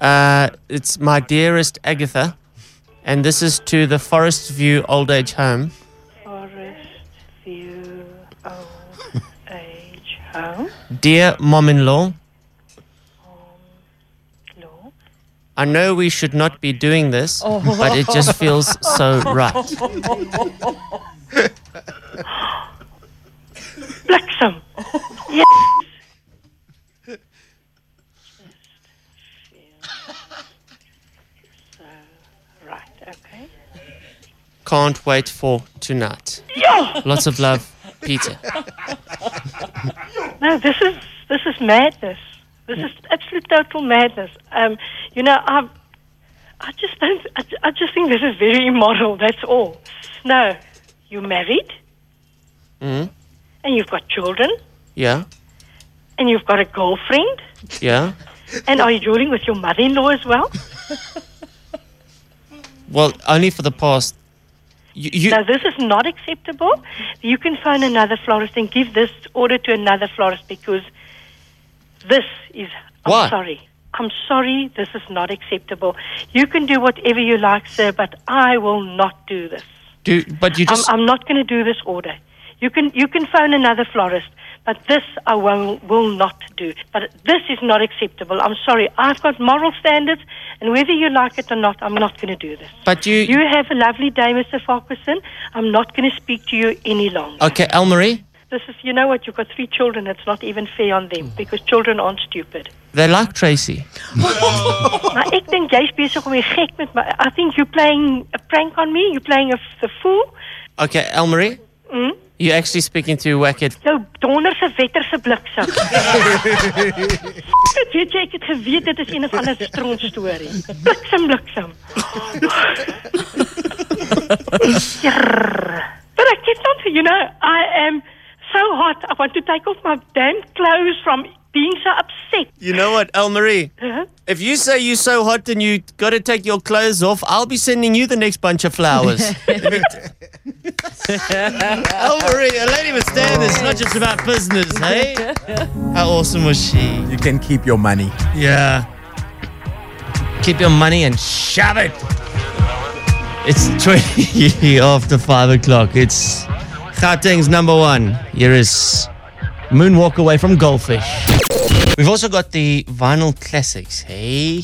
Speaker 4: Uh, it's my dearest Agatha, and this is to the Forest View Old Age Home.
Speaker 22: Forest View Old Age Home.
Speaker 4: Dear mom in law,
Speaker 22: Law.
Speaker 4: I know we should not be doing this,
Speaker 10: Oh.
Speaker 4: but it
Speaker 10: [LAUGHS]
Speaker 4: just feels so right.
Speaker 22: Bliksem. Yes.
Speaker 4: Can't wait for tonight.
Speaker 22: Yeah.
Speaker 4: Lots of love, Peter.
Speaker 22: No, this is this is madness. This is absolute total madness. Um, you know, I, I just don't. I, ju- I just think this is very immoral. That's all. No, you're married
Speaker 4: Mm,
Speaker 22: and you've got children
Speaker 4: yeah,
Speaker 22: and you've got a girlfriend
Speaker 4: yeah.
Speaker 22: and are you dueling with your mother-in-law as well?
Speaker 4: Well, only for the past. You, you,
Speaker 22: no, this is not acceptable. You can phone another florist and give this order to another florist because this is. I'm
Speaker 4: Why?
Speaker 22: sorry. I'm sorry. This is not acceptable. You can do whatever you like, sir, but I will not do this.
Speaker 4: do, but you just.
Speaker 22: I'm, I'm not going to do this order. You can you can phone another florist, but this I will will not do. But this is not acceptable. I'm sorry. I've got moral standards, and whether you like it or not, I'm not going to do this.
Speaker 4: but you.
Speaker 22: You have a lovely day, Mr. Farquharson. I'm not going to speak to you any longer.
Speaker 4: okay, Elmarie,
Speaker 22: This is, you know what, you've got three children. It's not even fair on them because children aren't stupid.
Speaker 4: they like Tracy.
Speaker 22: maar ek dink jy's besig om die gek met my. I think you're playing a prank on me. You're playing a, f- the fool.
Speaker 4: Okay, Elmarie,
Speaker 22: Mm?
Speaker 4: you're actually speaking to Wackett.
Speaker 22: Jou donderse wetterse bliksem. Dit weet jy ek het geweet dit is een of ander stront storie. Bliksem bliksem. Jrrr. But I kept on to, you know, I am so hot. I want to take off my damn clothes from being so upset.
Speaker 4: [LAUGHS] You know what, Elmarie?
Speaker 22: Huh?
Speaker 4: If you say you're so hot and you got to take your clothes off, I'll be sending you the next bunch of [LAUGHS] flowers. Elmarie, a lady with standards, it's not just about business, hey? How awesome was she?
Speaker 12: You can keep your money.
Speaker 4: Yeah. Keep your money and shove it. It's 20 [LAUGHS] after 5 o'clock. It's Gauteng's number one. Here is Moonwalk Away from Goldfish. We've also got the vinyl classics, hey?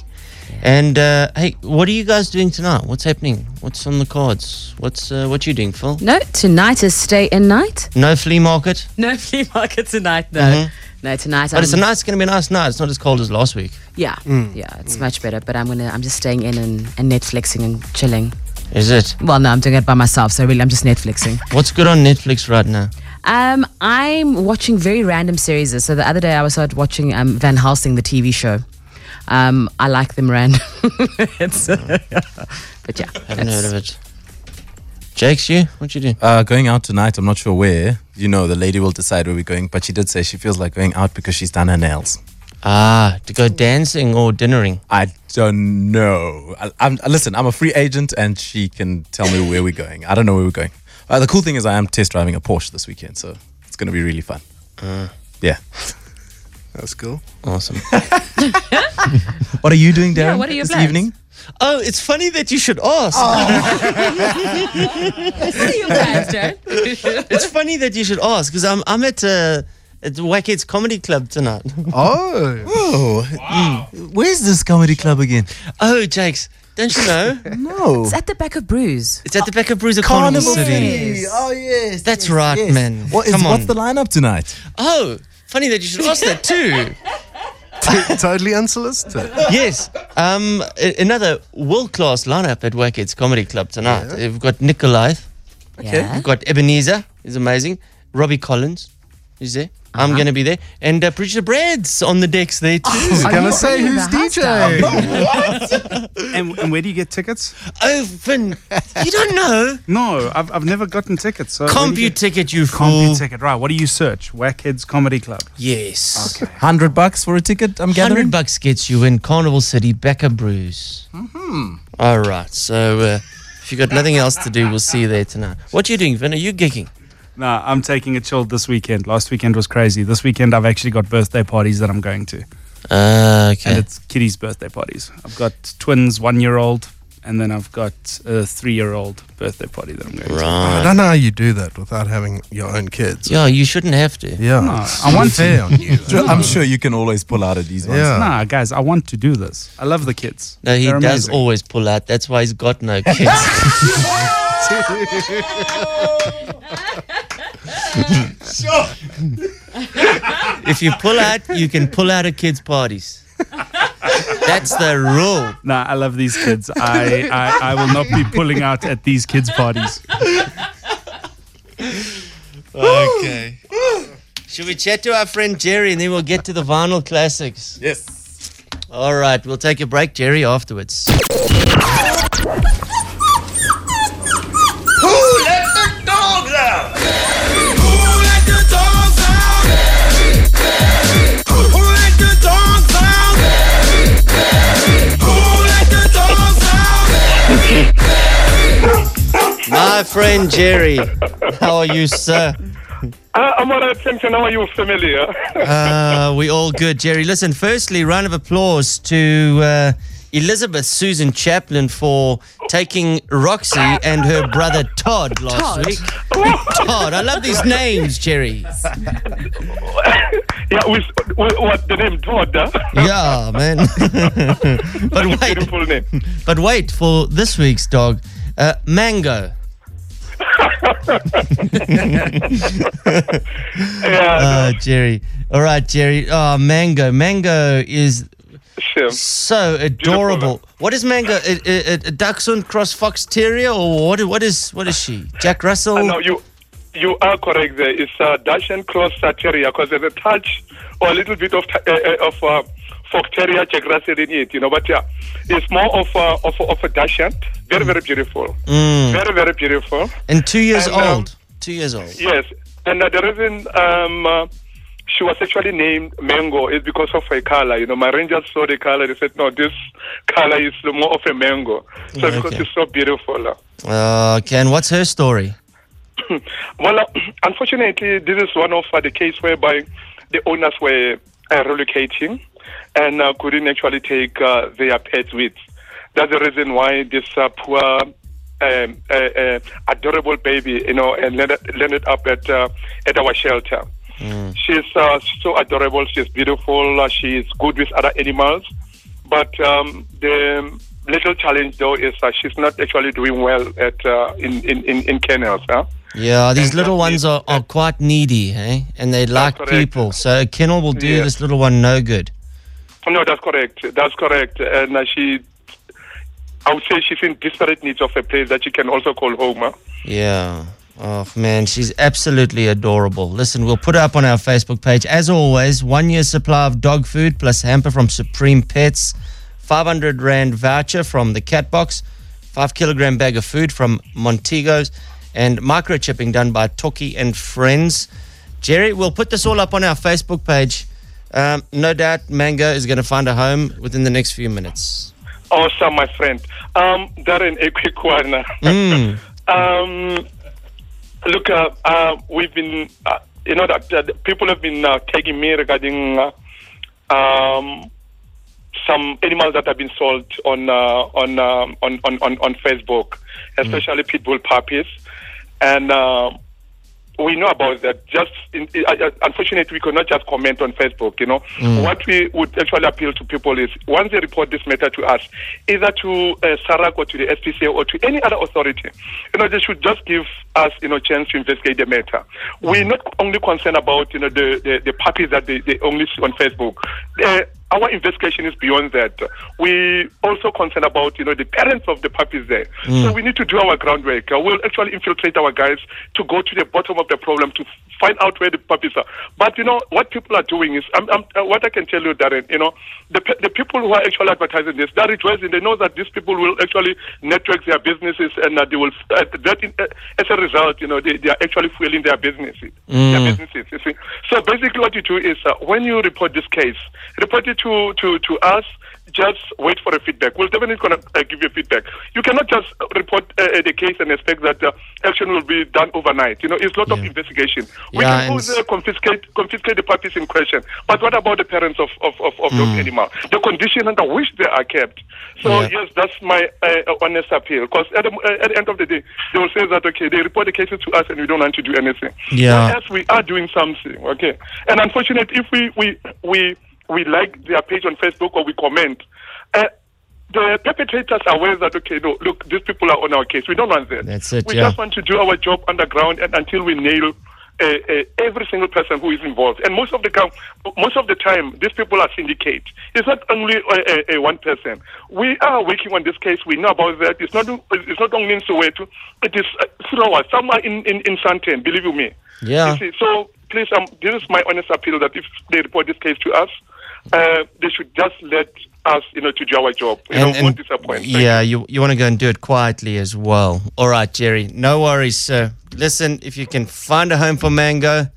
Speaker 4: And uh, hey, what are you guys doing tonight? What's happening? What's on the cards? What's uh, what you doing, Phil?
Speaker 9: No, tonight is stay in night.
Speaker 4: No flea market? Mm-hmm.
Speaker 9: No flea market tonight, no. No, tonight.
Speaker 4: But it's a
Speaker 9: I'm-
Speaker 4: nice, going to be a nice night. It's not as cold as last week.
Speaker 9: Yeah,
Speaker 4: Mm.
Speaker 9: yeah, it's much better. But I'm gonna, I'm just staying in and, and Netflixing and chilling.
Speaker 4: Is it?
Speaker 9: Well, no, I'm doing it by myself, so really, I'm just Netflixing.
Speaker 4: What's good on Netflix right now?
Speaker 9: Um, I'm watching very random series. So the other day I was out watching um, Van Helsing, the TV show. Um, I like them random. [LAUGHS] It's- [LAUGHS] but yeah,
Speaker 4: Haven't
Speaker 9: that's-
Speaker 4: heard of it. Jake's you? What you do?
Speaker 12: Uh, going out tonight. I'm not sure where. You know, the lady will decide where we're going. But she did say she feels like going out because she's done her nails.
Speaker 4: Ah, to go dancing or dinnering?
Speaker 12: I don't know. I, I'm, listen, I'm a free agent, and she can tell me where we're going. I don't know where we're going. Uh, the cool thing is, I am test driving a Porsche this weekend, so it's going to be really fun. yeah,
Speaker 5: that's cool.
Speaker 4: Ah. Awesome.
Speaker 12: [LAUGHS]
Speaker 4: [LAUGHS]
Speaker 12: what are you doing, Darren?
Speaker 4: Yeah, what are your
Speaker 12: this
Speaker 4: plans?
Speaker 12: evening?
Speaker 4: Oh, it's funny that you should ask.
Speaker 10: Oh.
Speaker 4: [LAUGHS] it's funny that you should ask because I'm I'm at uh, at the Wackheads Comedy Club tonight. [LAUGHS]
Speaker 5: Oh.
Speaker 12: Oh. Where's this comedy club again?
Speaker 4: Oh, Jakes, don't you know?
Speaker 12: no.
Speaker 9: It's at the back of Brews.
Speaker 4: It's at the back of Brews at Carnival,
Speaker 12: Carnival
Speaker 4: City.
Speaker 12: Yes.
Speaker 8: Oh yes.
Speaker 4: That's right,
Speaker 12: Yes.
Speaker 4: man.
Speaker 12: What is,
Speaker 4: Come on.
Speaker 12: What's the lineup tonight?
Speaker 4: Oh, funny that you should ask that too.
Speaker 12: [LAUGHS]
Speaker 5: totally unsolicited.
Speaker 4: [LAUGHS] yes. Um, a- another world class lineup at Wackheads Comedy Club tonight. We've got Nick Goliath.
Speaker 9: Okay. Yeah.
Speaker 4: We've got Ebenezer, who's amazing. Robbie Collins, who's there. I'm
Speaker 9: Uh-huh.
Speaker 4: going to be there. And uh, Preacher Brad's on the decks there
Speaker 7: [LAUGHS]
Speaker 4: too.
Speaker 5: I was gonna say who's
Speaker 4: [LAUGHS]
Speaker 5: DJ.
Speaker 7: and, and where do you get tickets?
Speaker 4: Open. You don't know.
Speaker 7: No, I've, I've never gotten tickets. So
Speaker 4: Computicket, you fool.
Speaker 7: Computicket, right? What do you search? Wackheads Comedy Club.
Speaker 4: Yes.
Speaker 7: Okay.
Speaker 12: Hundred bucks for a ticket. I'm gathering.
Speaker 4: Hundred bucks gets you in Carnival City, Becca Brews.
Speaker 12: Mhm.
Speaker 4: All right. So uh, if you got nothing else to do, we'll see you there tonight. What you doing, Vin? Are you gigging?
Speaker 7: No, I'm taking a chill this weekend. Last weekend was crazy. This weekend I've actually got birthday parties that I'm going to.
Speaker 4: Uh, okay.
Speaker 7: And it's kiddies' birthday parties. I've got twins, one year old, and then I've got a three year old birthday party that I'm going to.
Speaker 5: I don't know how you do that without having your own kids.
Speaker 4: Yeah, you shouldn't have to.
Speaker 5: Yeah.
Speaker 7: No, I want
Speaker 5: Fair
Speaker 7: [LAUGHS]
Speaker 5: on you.
Speaker 12: I'm sure you can always pull out of these ones.
Speaker 7: Nah, guys, I want to do this. I love the kids.
Speaker 4: No, he
Speaker 7: They're
Speaker 4: does
Speaker 7: amazing.
Speaker 4: always pull out. That's why he's got no kids.
Speaker 7: [LAUGHS]
Speaker 4: [LAUGHS]
Speaker 2: Sure.
Speaker 4: if you pull out, you can pull out of kids' parties. That's the rule.
Speaker 7: [LAUGHS] Nah, I love these kids. I, I, I will not be pulling out at these kids' parties.
Speaker 4: Okay. Should we chat to our friend Jerry and then we'll get to the vinyl classics?
Speaker 12: Yes.
Speaker 4: All right, we'll take a break, Jerry, afterwards.
Speaker 2: [LAUGHS] Who let the dogs out? Who let the dogs out? Who let the dogs out? Who let the dogs
Speaker 4: My friend Jerry, how are you, sir?
Speaker 17: Uh, I'm all right, Simpson. How are you familiar?
Speaker 4: Uh, we all good, Jerry. Listen, firstly, round of applause to uh, Elizabeth Susan Chaplin for taking Roxy and her brother Todd last
Speaker 2: Todd?
Speaker 4: week. Todd, I love these names, Jerry.
Speaker 17: yeah, with, with what the name Todd? huh?
Speaker 4: Yeah, man. [LAUGHS] but wait,
Speaker 17: Beautiful name.
Speaker 4: but wait for this week's dog, uh,
Speaker 17: [LAUGHS]
Speaker 4: Mango. Oh, Jerry. All right, Jerry. Oh, Mango. Mango is so adorable. What is Mango? A, a, a- a Dachshund cross fox terrier, or what? What is what is she? Jack Russell.
Speaker 17: Uh, no, you you are correct. There is uh, Dutch and Cross Terrier because there's a touch or a little bit of t- uh, uh, of uh, Fox Terrier Jack Russell in it. You know, but yeah, it's more of uh, of of a Dutch and very very beautiful,
Speaker 4: Mm.
Speaker 17: very very beautiful.
Speaker 4: And two years
Speaker 17: And, um,
Speaker 4: old. two years old.
Speaker 17: Yes, and uh, the reason um, uh, she was actually named Mango is because of her color. You know, my rangers saw the color. They said, "No, this color is more of a mango." So
Speaker 4: Okay.
Speaker 17: because it's so beautiful. uh,
Speaker 4: Uh, okay, and what's her story?
Speaker 17: well, uh, unfortunately, this is one of uh, the case whereby the owners were uh, relocating and uh, couldn't actually take uh, their pets with. That's the reason why this uh, poor, um, uh, uh, adorable baby, you know, and landed, landed up at uh, at our shelter. She's uh, so adorable. She's beautiful. Uh, she's good with other animals. But um, the little challenge, though, is uh, she's not actually doing well at uh, in, in, in, in kennels. Huh?
Speaker 4: Yeah, these little ones are, are quite needy, eh? And they like people. So a kennel will do
Speaker 17: Yeah.
Speaker 4: this little one no good.
Speaker 17: No, that's correct. That's correct. And uh, she, I would say she's in desperate needs of a place that she can also call home. Huh?
Speaker 4: Yeah. Oh man, she's absolutely adorable. Listen, we'll put her up on our Facebook page. As always, one year supply of dog food plus hamper from Supreme Pets, 500 Rand voucher from the Cat Box, 5 kilogram bag of food from Montego's, and microchipping done by Toki and Friends. Jerry, we'll put this all up on our Facebook page. Um, no doubt Mango is going to find a home within the next few minutes.
Speaker 17: Awesome, my friend. Um, Darren, a quick one. [LAUGHS]
Speaker 4: Mm.
Speaker 17: Um, look, uh, uh, we've been, uh, you know, that, that people have been uh, tagging me regarding uh, um, some animals that have been sold on uh, on, um on on on on Facebook, especially pit bull puppies, and. Uh, we know about that. Just in, I- I- unfortunately, we could not just comment on Facebook. You know,
Speaker 2: Mm.
Speaker 17: what we would actually appeal to people is once they report this matter to us, either to uh, SARAC or to the SPCA or to any other authority, you know, they should just give us you know chance to investigate the matter. We're not only concerned about you know the the, the puppies that they, they only see on Facebook. Uh, our investigation is beyond that. We also concerned about you know the parents of the puppies there.
Speaker 2: Mm.
Speaker 17: So we need to do our groundwork. Uh, we'll actually infiltrate our guys to go to the bottom of the problem to find out where the puppies are. But you know what people are doing is, I'm, I'm, uh, what I can tell you, Darren. You know, the pe- the people who are actually advertising this, they're rejoicing. They know that these people will actually network their businesses, and that they will. Uh, that in, uh, as a result, you know, they, they are actually fueling their businesses.
Speaker 2: Mm.
Speaker 17: Their businesses. You see. So basically, what you do is uh, when you report this case, report it to to to us just wait for a feedback. We're definitely going to uh, give you feedback. You cannot just uh, report uh, uh, the case and expect that uh, action will be done overnight. You know, it's a lot of investigation. We
Speaker 2: Yeah,
Speaker 17: can
Speaker 2: and
Speaker 17: go
Speaker 2: s-
Speaker 17: there, confiscate, confiscate the puppies in question. But what about the parents of, of, of, of those
Speaker 2: Mm.
Speaker 17: animals? The condition under which they are kept. So,
Speaker 2: Yeah.
Speaker 17: yes, that's my uh, uh, honest appeal. Because at, the m- uh, at the end of the day, they will say that, okay, they report the cases to us and we don't want to do anything.
Speaker 2: Yeah.
Speaker 17: Yes, we are doing something, okay? And unfortunately, if we, we, we, we like their page on Facebook or we comment, uh, the perpetrators are aware that, okay, no, look, these people are on our case. We don't want that.
Speaker 4: That's it,
Speaker 17: we
Speaker 4: yeah.
Speaker 17: just want to do our job underground and until we nail uh, uh, every single person who is involved. And most of the com- most of the time, these people are syndicate. It's not only uh, uh, uh, one person. We are working on this case. We know about that. It's not it's not only in Soweto. It is uh, slower. Some are in in, in Santen. Believe you me.
Speaker 2: Yeah.
Speaker 17: You see, so please, um, this is my honest appeal that if they report this case to us, uh, they should just let us, you know, to do our job. You know, won't disappoint. Thank
Speaker 4: Yeah, you, you want to go and do it quietly as well. All right, Jerry. No worries, sir. Listen, if you can find a home for Mango,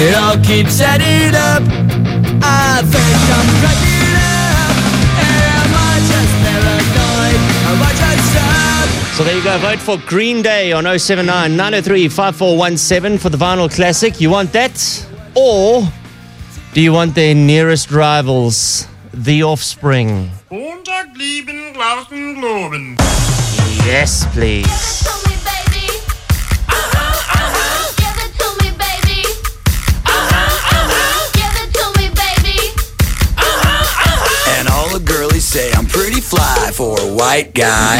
Speaker 10: It all keeps adding up. I think I'm cracking up. And am I just paranoid? Am I just up?
Speaker 4: So there you go. Vote for Green Day on 079 903 5417 for the vinyl classic. You want that? Or do you want their nearest rivals, The Offspring?
Speaker 2: Montag lieben Glauben Globen.
Speaker 4: Yes, please.
Speaker 23: Uh-huh,
Speaker 10: And all the girlies say I'm pretty fly for a white guy.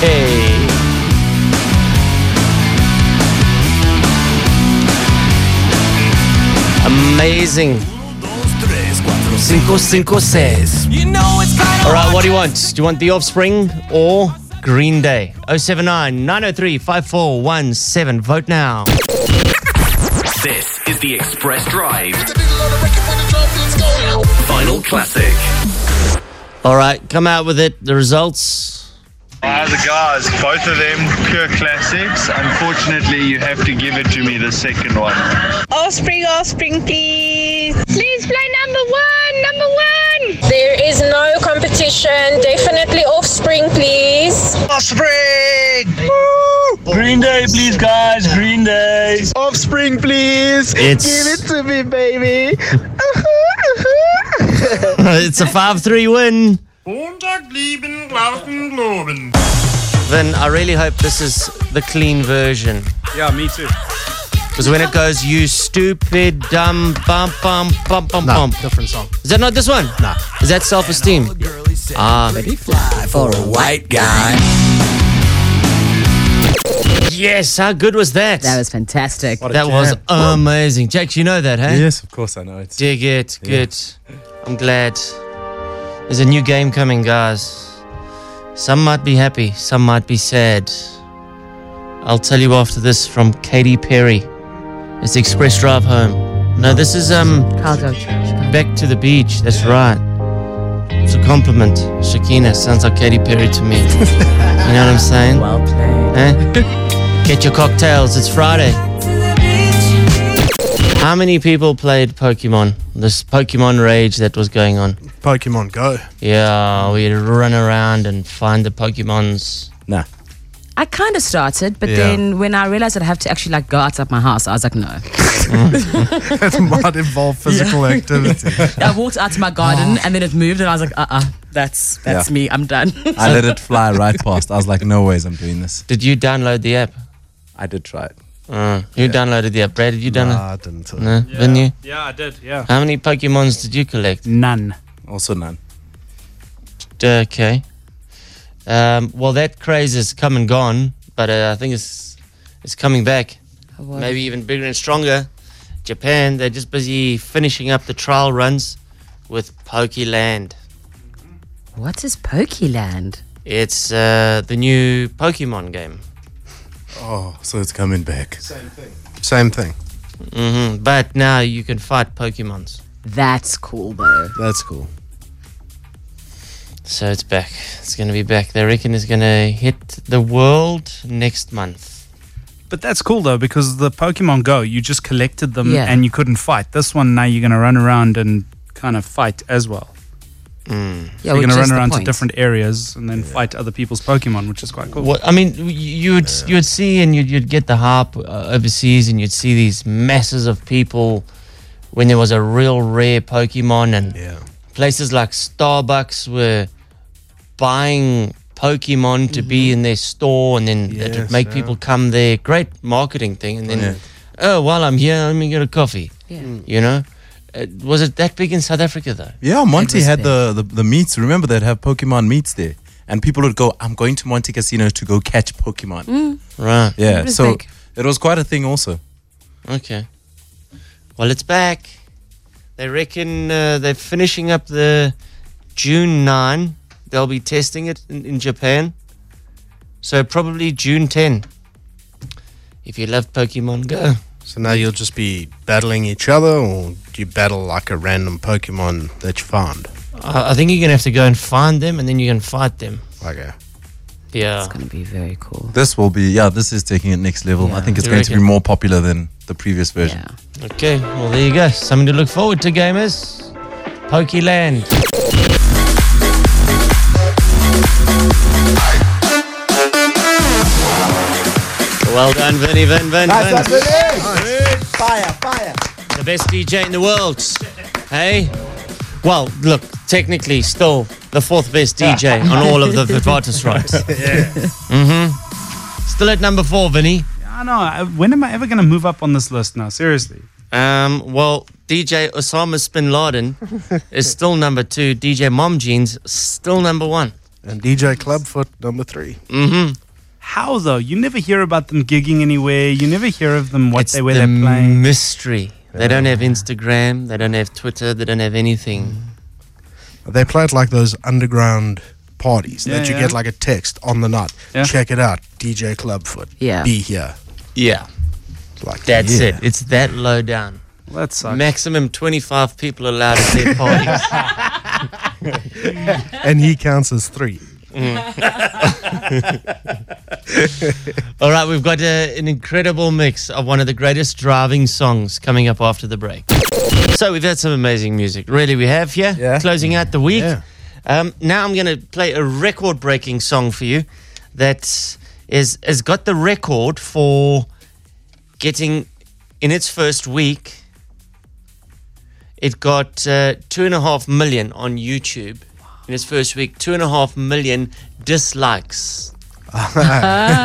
Speaker 4: Hey. amazing. Cinco, cinco, seis.
Speaker 10: You know it's kinda
Speaker 4: All right, what do you want? Do you want The Offspring or Green Day? 079 903 5417. Vote now.
Speaker 1: This is the Express Drive. Vinyl Classic.
Speaker 4: All right, come out with it. The results. [LAUGHS]
Speaker 13: By the guys, both of them pure classics. Unfortunately, you have to give it to me, the second one.
Speaker 24: Offspring, offspring, please. Please play number one, number one.
Speaker 25: There is no competition. Definitely offspring, please. Offspring!
Speaker 13: Green Day, please, guys. Green Day. Offspring, please.
Speaker 4: It's- Give
Speaker 13: it to me, baby. [LAUGHS]
Speaker 4: it's a 5 3 win.
Speaker 2: Unterblieben, glauben, globen.
Speaker 4: Then I really hope this is the clean version.
Speaker 7: Yeah, me too.
Speaker 4: Because when it goes, you stupid, dumb, bum, bum, bum, bum, bum.
Speaker 5: Different song.
Speaker 4: Is that not this one? Nah. Is that self esteem? Ah. Maybe fly for a white guy. Yes, how good was that? That was
Speaker 9: fantastic.
Speaker 4: That was um, amazing. Jack, you know that, hey?
Speaker 12: Yes, of course I know it.
Speaker 4: Dig it. Good. I'm glad. There's a new game coming, guys. Some might be happy, some might be sad. I'll tell you after this from Katy Perry. It's Express Drive Home. No, this is um Back to the Beach. That's right. It's a compliment. Shakina sounds like Katy Perry to
Speaker 12: [LAUGHS]
Speaker 4: me. you know what I'm saying? Well played. Eh? Get your cocktails. It's Friday. How many people played Pokemon? This Pokemon rage that was going on.
Speaker 5: [LAUGHS] Pokemon
Speaker 12: [LAUGHS]
Speaker 5: Go.
Speaker 4: Yeah, we'd run around and find the Pokemons.
Speaker 12: Nah.
Speaker 9: I kind of started, but
Speaker 4: Yeah.
Speaker 9: then when I realized I'd have to actually like go outside my house, I was
Speaker 12: [LAUGHS]
Speaker 9: like, no.
Speaker 5: that might involve physical activity.
Speaker 9: I walked out to my garden and then it moved, and I was like, uh, uh that's that's
Speaker 12: Oh. Yeah.
Speaker 9: me. I'm done.
Speaker 12: I let it fly right past. I was like, no ways I'm doing this.
Speaker 4: Did you download the app?
Speaker 12: I did try it.
Speaker 4: Uh, you downloaded the app, Brad? Did you download?
Speaker 12: Nah, I didn't.
Speaker 4: No, didn't you?
Speaker 7: Yeah, I did. Yeah.
Speaker 4: How many Pokemons did you collect?
Speaker 7: None.
Speaker 12: Also none.
Speaker 4: Okay. Um, well, that craze is come and gone, but uh, I think it's it's coming back. Maybe even bigger and stronger. Japan, they're just busy finishing up the trial runs with Pokeland.
Speaker 9: [LAUGHS] What is Pokeland?
Speaker 4: It's uh, the new Pokemon game.
Speaker 12: Oh, so it's coming back.
Speaker 5: Same thing. Same thing.
Speaker 4: hmm But now you can fight Pokemons.
Speaker 9: That's cool though.
Speaker 5: That's cool.
Speaker 4: So it's back. It's going to be back. They reckon it's going to hit the world next month.
Speaker 7: But that's cool though because the Pokemon Go, you just collected them
Speaker 4: Yeah.
Speaker 7: and you couldn't fight. This one now you're gonna run around and kind of fight as well.
Speaker 4: Yeah,
Speaker 7: you're
Speaker 4: which
Speaker 7: gonna
Speaker 4: is
Speaker 7: run
Speaker 4: the
Speaker 7: around to
Speaker 4: point.
Speaker 7: different areas and then fight other people's Pokemon, which is quite cool.
Speaker 4: What I mean, you- you would you would see and you'd, you'd get the harp uh, overseas, and you'd see these masses of people when there was a real rare Pokemon, and places like Starbucks were buying Pokemon to be in their store, and then it
Speaker 7: Mm-hmm. Yes,
Speaker 4: would make
Speaker 7: yeah.
Speaker 4: people come there. Great marketing thing, and then
Speaker 7: Yeah.
Speaker 4: oh, while I'm here, let me get a coffee. You know, uh, was it that big in South Africa though?
Speaker 12: Yeah, Monty
Speaker 4: was
Speaker 12: had
Speaker 4: big.
Speaker 12: the, the, the meets. Remember, they'd have Pokemon meets there. And people would go, I'm going to Monte Casino to go catch Pokemon.
Speaker 4: Mm. Right. It
Speaker 12: Yeah,
Speaker 4: was
Speaker 12: so
Speaker 4: big.
Speaker 12: it was quite a thing also.
Speaker 4: Okay. Well, it's back. They reckon uh, they're finishing up the June 9. They'll be testing it in, in Japan. So probably June 10. If you love Pokemon Go.
Speaker 5: So now you'll just be battling each other, or do you battle like a random Pokemon that you found?
Speaker 4: Uh, I, I think you're going to have to go and find them and then you can fight them.
Speaker 5: Okay.
Speaker 4: Yeah.
Speaker 9: It's going to be very cool.
Speaker 12: This will be, yeah, this is taking it next level. I think it's
Speaker 4: You
Speaker 12: going to be
Speaker 4: reckon?
Speaker 12: more popular than the previous version.
Speaker 4: Okay. Well, there you go. Something to look forward to, gamers. Pokeland. Well done, Vinny, Vin, Vin, Vin.
Speaker 8: That's what it is. Fire, fire.
Speaker 4: The best DJ in the world. Hey? Well, look, technically, still the fourth best DJ on all of the Vivatus rights. Mm-hmm. Still at number four, Vinny.
Speaker 7: I know. I- When am I ever gonna move up on this list now? Seriously.
Speaker 4: Um, well, DJ Osama Bin
Speaker 5: [LAUGHS]
Speaker 4: Laden is still number two. DJ Mom Jeans, still number one.
Speaker 5: And DJ Clubfoot, number three.
Speaker 4: Mm-hmm.
Speaker 7: How though? You never hear about them gigging anywhere. You never hear of them what they where
Speaker 4: the
Speaker 7: they're playing.
Speaker 4: Mystery They don't have Instagram. They don't have Twitter. They don't have anything.
Speaker 5: They play it like those underground parties
Speaker 4: Yeah,
Speaker 5: that you
Speaker 4: yeah.
Speaker 5: get like a text on the night. Check it out, DJ Clubfoot.
Speaker 4: Yeah.
Speaker 5: Be here.
Speaker 4: Yeah.
Speaker 5: Like
Speaker 4: That's
Speaker 5: yeah.
Speaker 4: it. It's that low down.
Speaker 7: That sucks.
Speaker 4: Maximum 25 people allowed at their parties.
Speaker 5: [LAUGHS] and he counts as three.
Speaker 4: Mm. [LAUGHS] All right, we've got uh an incredible mix of one of the greatest driving songs coming up after the break. So we've had some amazing music. Really, we have here. Closing out the week. Um, now I'm going to play a record-breaking song for you that is has got the record for getting in its first week. It got uh, two and a half million on YouTube in its first week. Two and a half million dislikes.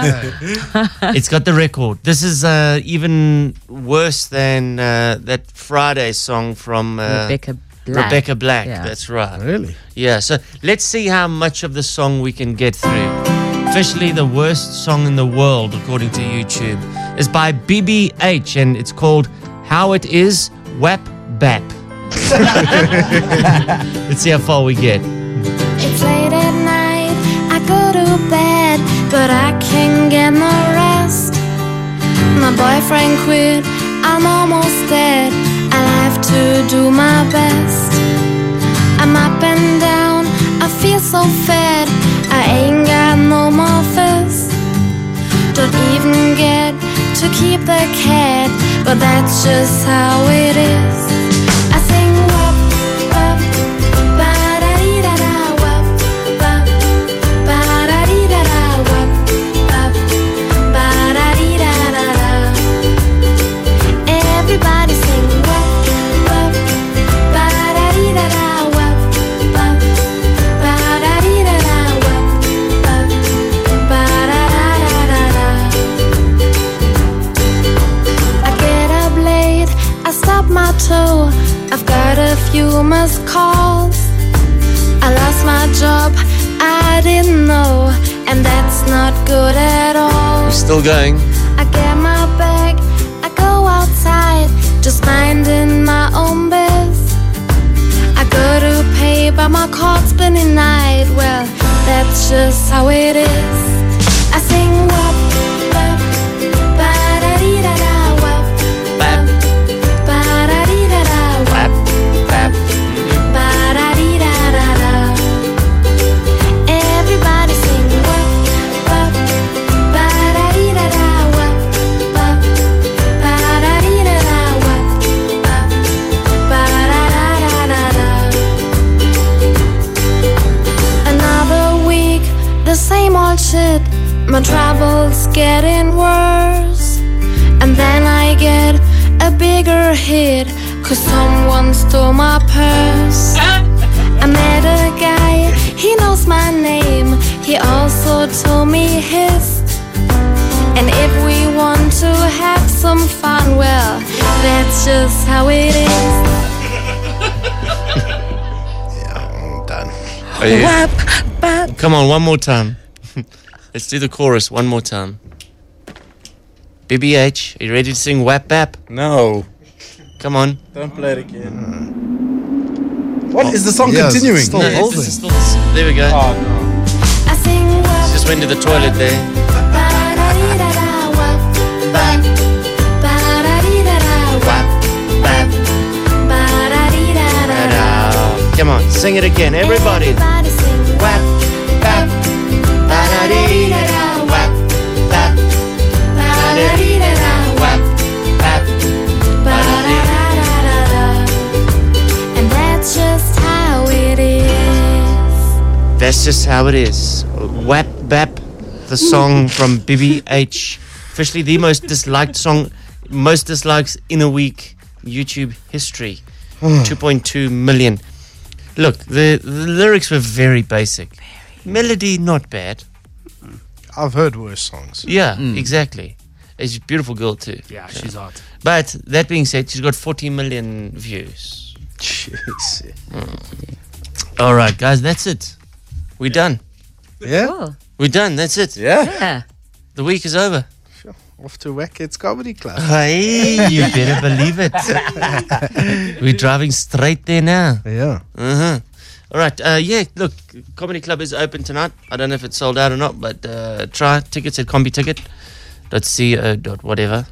Speaker 4: it's got the record. This is uh, even worse than uh, that Friday song from uh,
Speaker 10: Rebecca Black.
Speaker 4: Rebecca Black.
Speaker 10: Yeah.
Speaker 4: That's right. Really? Yeah. So let's see how much of the song we can get through. Officially, the worst song in the world, according to YouTube, is by BBH, and it's called "How It Is Wap Bap." let's see how far we get.
Speaker 23: It's late at night, I go to bed, but I can't get no rest. My boyfriend quit, I'm almost dead. I have to do my best. I'm up and down, I feel so fed. I ain't got no more fists. Don't even get to keep the cat, but that's just how it is. I sing wop, wop, ba-da-dee-da-da, wop, wop, ba-da-dee-da-da, wop, wop, ba-da-dee-da-da-da. Everybody sing wop, wop, ba-da-dee-da-da, wop, wop, ba-da-dee-da-da, wop, wop, ba-da-da-da-da-da. I get up late, I stub my toe. I've got a few missed calls. I lost my job, I didn't know, and that's not good at all.
Speaker 4: We're still going.
Speaker 23: I get my bag, I go outside, just minding my own biz. I go to pay, but my card's been denied. Well, that's just how it is. I sing wop, wop, ba da dee da da, wop, wop, ba da dee da da, wop, wop, ba da dee da da da. Everybody sing wop, wop, ba da dee da da, wop, wop, ba da dee da da, wop, wop, ba da da da da da. Another week, the same old shit. My troubles getting worse. And then I get a bigger hit, cause someone stole my purse. I met a guy, he knows my name. He also told me his. And if we want to have some fun, well, that's just how it is.
Speaker 4: Are you- Come on, one more time. [LAUGHS] Let's do the chorus one more time. BBH, are you ready to sing Wap Bap?
Speaker 12: No.
Speaker 4: Come on.
Speaker 12: [LAUGHS] Don't play it again. What is the song continuing? Oh,
Speaker 4: No, it's- this is still the s- there we go. Just went to the toilet there. Come on, sing it again, everybody.
Speaker 23: And that's just how it is.
Speaker 4: That's just how it is. Wap Bap, the song from BBH. Officially the most disliked song, most dislikes in a week YouTube history. Hmm. 2.2 million. Look, the, the lyrics were very basic. Melody, not bad.
Speaker 5: Mm. I've heard worse songs. Mm.
Speaker 4: Yeah, exactly. She's a beautiful girl, too.
Speaker 7: Mm. Yeah, she's hot.
Speaker 4: But that being said, she's got 40 million views. Jeez. All right, guys, that's it. We're done.
Speaker 5: Yeah?
Speaker 4: We're done. That's it.
Speaker 12: Yeah.
Speaker 10: Yeah.
Speaker 4: The week is over.
Speaker 5: off to Wackett's Comedy Club.
Speaker 4: Hey, you better believe
Speaker 5: [LAUGHS]
Speaker 4: it. [LAUGHS] We're driving straight there now.
Speaker 5: Yeah.
Speaker 4: Uh huh. All right. Uh, yeah. Look, comedy club is open tonight. I don't know if it's sold out or not, but uh, try tickets at computicket.co. whatever.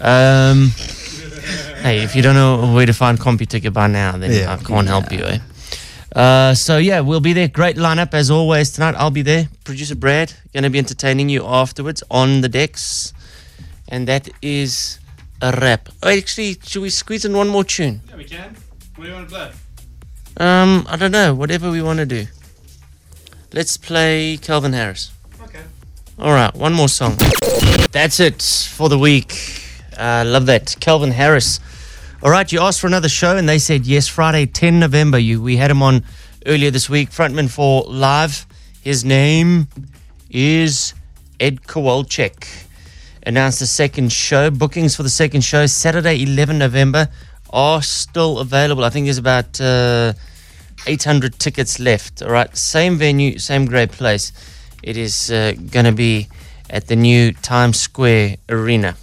Speaker 4: Um, hey, if you don't know where to find CompuTicket by now, then
Speaker 5: Yeah.
Speaker 4: I can't help you. Eh? Uh, so yeah, we'll be there. Great lineup as always tonight. I'll be there. Producer Brad going to be entertaining you afterwards on the decks, and that is a wrap. Oh, actually, should we squeeze in one more tune?
Speaker 7: Yeah, we can. What do you want to play?
Speaker 4: Um, I don't know. Whatever we want to do. Let's play Calvin Harris. Okay. All right, one more song. That's it for the week. Uh, love that, Calvin Harris. All right, you asked for another show, and they said yes. Friday, 10 November. You, we had him on earlier this week. Frontman for Live. His name is Ed Kowalczyk announced the second show. Bookings for the second show, Saturday, 11 November, are still available. I think there's about uh, 800 tickets left. All right, same venue, same great place. It is uh, going to be at the new Times Square Arena.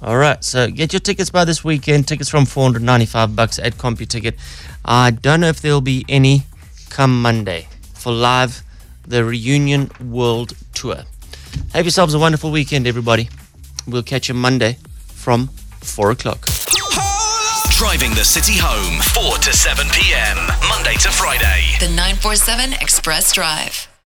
Speaker 4: All right, so get your tickets by this weekend. Tickets from 495 bucks at CompuTicket. I don't know if there'll be any come Monday for live the reunion world tour. Have yourselves a wonderful weekend, everybody. We'll catch you Monday from 4 o'clock.
Speaker 1: Driving the city home, 4 to 7 p.m., Monday to Friday.
Speaker 3: The 947 Express Drive.